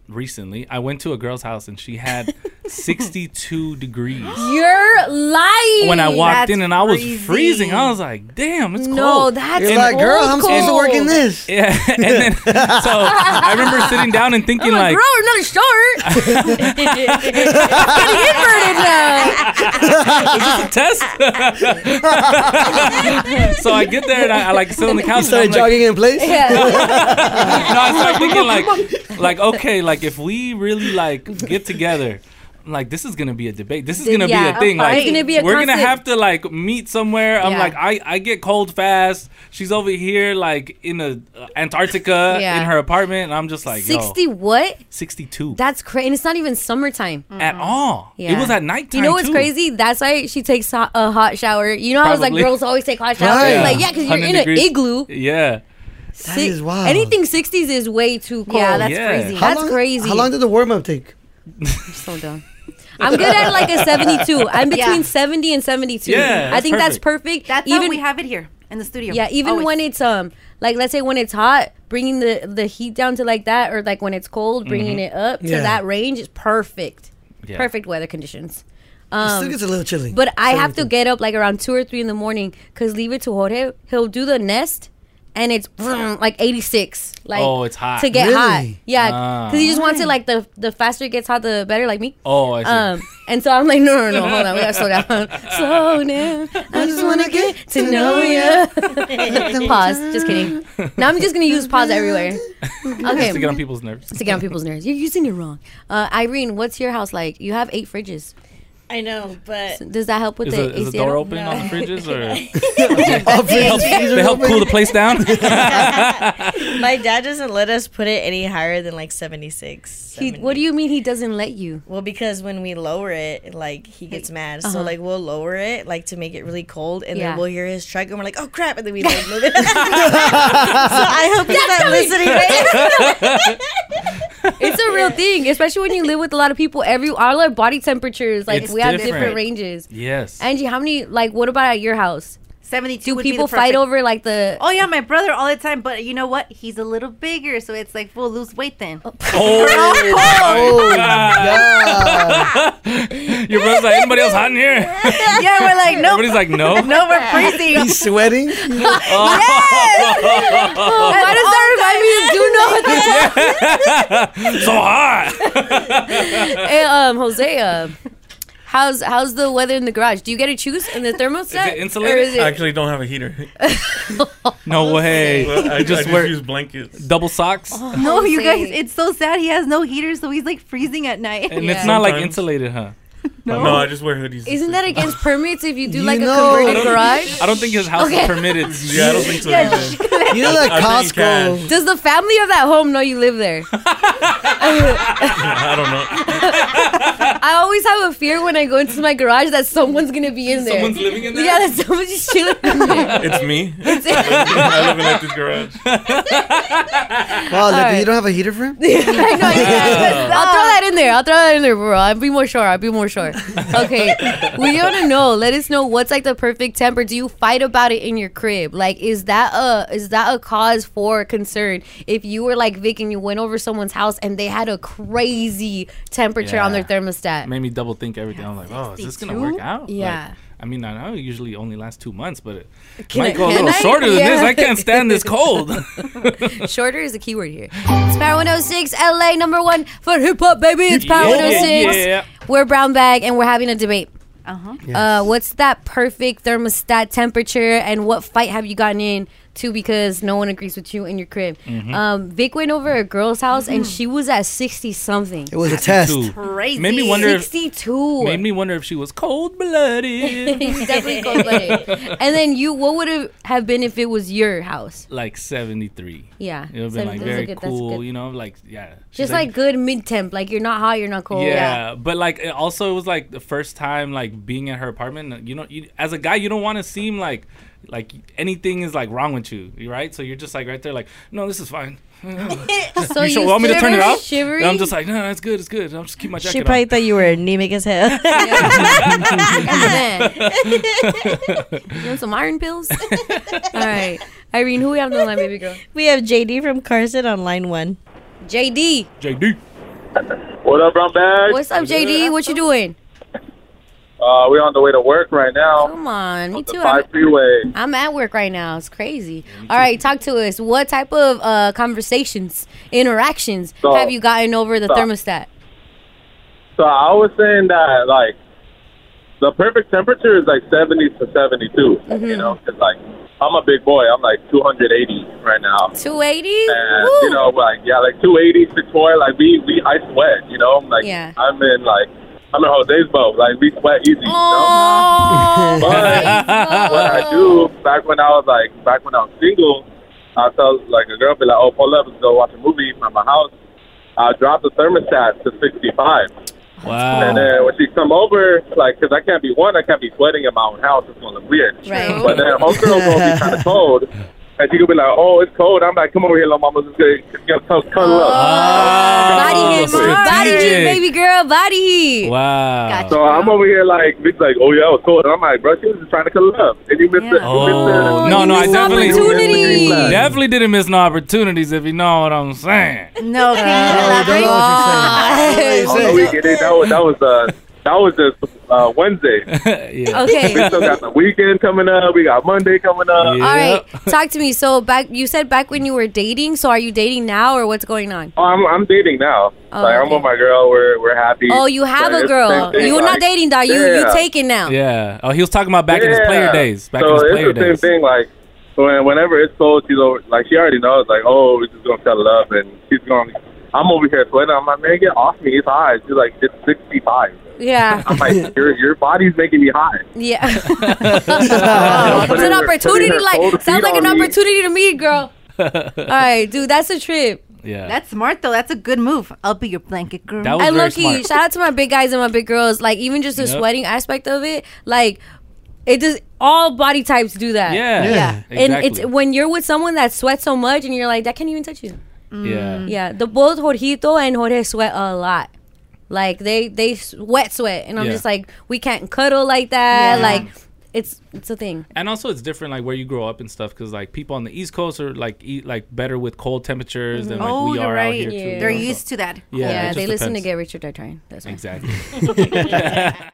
recently I went to a girl's house and she had 62 degrees. You're lying. When I walked in and I was freezing, I was like, damn, it's No, cold. that's You're like, "Girl, I'm supposed to work in cold." this. Yeah. And then so I remember sitting down and thinking like Bro, another short. it's getting inverted now. Is this a test? so I get there and I, I like sit on the couch. Started and I'm like, jogging in place. no, I start thinking like, like okay, like if we really like get together, like this is gonna be a debate. This is Th- gonna be yeah, a thing. a fight. Like It's gonna be a we're gonna constant- have to like meet somewhere. I'm Yeah. like, I I get cold fast. She's over here like in a uh, Antarctica Yeah. in her apartment, and I'm just like, yo, 60 what? 62 That's crazy. And it's not even summertime. at all. It was at nighttime. You know what's too. crazy? That's why she takes ho- a hot shower. You know, how I was like, Probably. girls always take hot showers. Yeah. Like, yeah, because you're 100 in an degrees. igloo. Yeah. That is wild. Anything 60s is way too cold. Yeah, that's Yeah. crazy. How that's long- crazy. How long did the warm up take? I'm so dumb. I'm good at like a 72. I'm between 70 and 72. Yeah, I that's think that's perfect. That's even how we have it here in the studio. yeah, even Always. when it's um like let's say when it's hot, bringing the the heat down to like that or like when it's cold, bringing Mhm. Mm-hmm. it up to Yeah. that range is perfect. Yeah. Perfect weather conditions. Um, it still gets a little chilly. But I have to 72. get up like around two or three in the morning because leave it to Jorge. He'll do the nest, and it's vroom, like eighty six. Like Oh, it's hot. to get hot. Really? Yeah, Ah. because he just wants it like the the faster it gets hot, the better. Like me. Oh, I see. Um, and so I'm like, no, no, no, hold on, we gotta slow down, slow down. I just wanna get to know you. pause. Just kidding. Now I'm just gonna use pause everywhere. Okay. Just to get on people's nerves. To get on people's nerves. You're using it wrong. Uh, Irene, what's your house like? You have eight fridges. I know, but Does that help with Is the the, is the AC at door all? open on the fridges, or they help, That's it. they help cool the place down? my dad doesn't let us put it any higher than like 76. He- what do you mean he doesn't let you? Well, because when we lower it, like he gets mad. So uh-huh. like we'll lower it like to make it really cold, and Yeah. then we'll hear his truck, and we're like, oh crap, and then we like move it. so I hope he's not listening. It's a real thing, especially when you live with a lot of people. Every all our body temperatures, like It's we have different. different ranges. Yes. Angie, how many? Like, what about at your house? Seventy-two. Do would be the people fight perfect- over like the? Oh yeah, my brother all the time. But you know what? He's a little bigger, so it's like we'll lose weight then. Oh, Your brother's like, anybody else hot in here? yeah, we're like no. Everybody's like, no. No, we're freezing. He's sweating. Oh, why does that remind me of Do Not? so hot. hey, um, Jose, uh, How's how's the weather in the garage? Do you get to choose in the thermostat? Or is it- I actually don't have a heater. No way. Well, I, just, I You just just wear- use blankets. Double socks. Oh No, you guys, it's so sad. He has no heater, so he's like freezing at night. And it's not like insulated, huh? No. No, I just wear hoodies. Isn't that against permits if you do like know- a I don't- converted garage? I don't think his house Okay. is permitted. Yeah, I don't think so Yeah, either. You know, like I think Costco. cash. Does the family of that home know you live there? I don't know. I always have a fear when I go into my garage that someone's gonna be in there. Someone's living in there? Yeah, that someone's just chilling in there. It's me. It's I live in like this garage. Wow, Lepe, right. you don't have a heater for him? I know, yeah. I'll throw that in there. I'll throw that in there, bro. I'll be more sure. I'll be more sure. Okay. we want to know. Let us know what's like the perfect temper. Do you fight about it in your crib? Like, is that a is that a cause for concern? If you were like Vic and you went over someone's house and they had a crazy temperature on their thermostat. Made me double think everything. I'm like, oh, is this gonna work 62? out? Yeah. Like, I mean, I know it usually only lasts two months, but it Can I- might go a can little I? shorter than this. Yeah. I can't stand this cold. Shorter is the keyword here. It's Power 106, LA number one for hip hop, baby. It's Power Yeah, 106. yeah. We're Brown Bag and we're having a debate. Uh-huh. Uh, what's that perfect thermostat temperature and what fight have you gotten in to because no one agrees with you in your crib? Mhm. Um, Vic went over a girl's house and she was at 60 something. It was a test. Mm-hmm. Crazy. Made me wonder. If, 62. made me wonder if she was cold blooded. Definitely cold-blooded. and then you, what would it have been if it was your house? like 73. Yeah, It would have been 70 like that's a very good- that's a cool, good- you know, like, yeah. She's Just like, good mid temp. Like you're not hot, you're not cold. Yeah, but like it also it was like the first time like being in her apartment. You know, you, as a guy, you don't want to seem like like anything is like wrong with you, you right? So you're just like right there, like no, this is fine. So you sure you want me to turn it shivery, off? shivery? And I'm just like no, no, it's good, it's good. I'll just keep my jacket She probably on. thought you were anemic as hell. You want some iron pills? All right. Irene, who we have on the line, baby girl? we have JD from Carson on line one. JD. JD. What up, Brown Bag? What's up, JD? What you doing? Uh, we're on the way to work right now. Come on. Me too. I'm, Five freeway. I'm at work right now. It's crazy. All right. Talk to us. What type of uh, conversations, interactions So- have you gotten over the so- thermostat? So I was saying that like the perfect temperature is like 70 to 72. You Mhm. know, 'cause, like I'm a big boy. I'm like 280 right now. 280? And you know, like yeah, like 280, 64. Like we we I sweat. You know, like Yeah. I'm in like I'm in Jose's boat. Like we sweat easy. Oh, But what I do back when I was like back when I was single, I felt like a girl be like, "Oh, pull up, let's go watch a movie at my house." I dropped the thermostat to 65, Wow. and then when she come over, like, cause I can't be one, I can't be sweating in my own house. It's gonna look weird. Right. But then homegirl gonna be kind of cold, and she could be like, "Oh, it's cold." I'm like, "Come over here, little mama, let's get, get cuddle up." Oh, Oh, body heat, mom. body heat, baby girl, body heat. Wow. So I'm over here like, Vic's like, oh yeah, I was cold. I'm like, bro, she was just trying to cuddle up, and you missed it. Oh, no, no, I definitely definitely didn't miss no opportunities if you know what I'm saying. No, Ah. Oh, we get it. That was that was uh, that was just uh, Wednesday. Okay. We still got the weekend coming up. We got Monday coming up. All right, talk to me. So back, you said back when you were dating. So are you dating now, or what's going on? Oh, I'm I'm dating now. Oh, like I'm okay. with my girl. We're we're happy. Oh, you have Like, a it's the girl. same thing, You're not like, dating, dog. You yeah. you taken now. Yeah. Oh, he was talking about back in his Yeah. player days. Back so in his it's player the days. same thing. Like when, whenever it's cold, she's over, like she already knows. Like oh, we're just gonna settle up, and she's gonna. I'm over here sweating. I'm like, man, get off me. It's hot. She's like, it's 65. Yeah. I'm like, your your body's making me hot. Yeah. it's an opportunity. Like sounds like an opportunity to me, girl. All right, dude, that's a trip. Yeah. That's smart though. That's a good move. I'll be your blanket girl. That I low key shout out to my big guys and my big girls. Like even just the Yep. sweating aspect of it, like it does. All body types do that. Yeah. Yeah, And exactly. it's when you're with someone that sweats so much, and you're like, that can't even touch you. Mm. Yeah. Yeah, the both Jorgito and Jorge sweat a lot. Like they they sweat sweat, and I'm Yeah. just like, we can't cuddle like that. Yeah. Like it's it's a thing. And also, it's different like where you grow up and stuff, because like people on the East Coast are like eat like better with cold Mm-hmm. temperatures than like Oh, we you're are out right. here. Too, They're you know, used so- to that. Yeah, Yeah, it they just listen to depends. Get Rich or Die Trying. That's why. Exactly.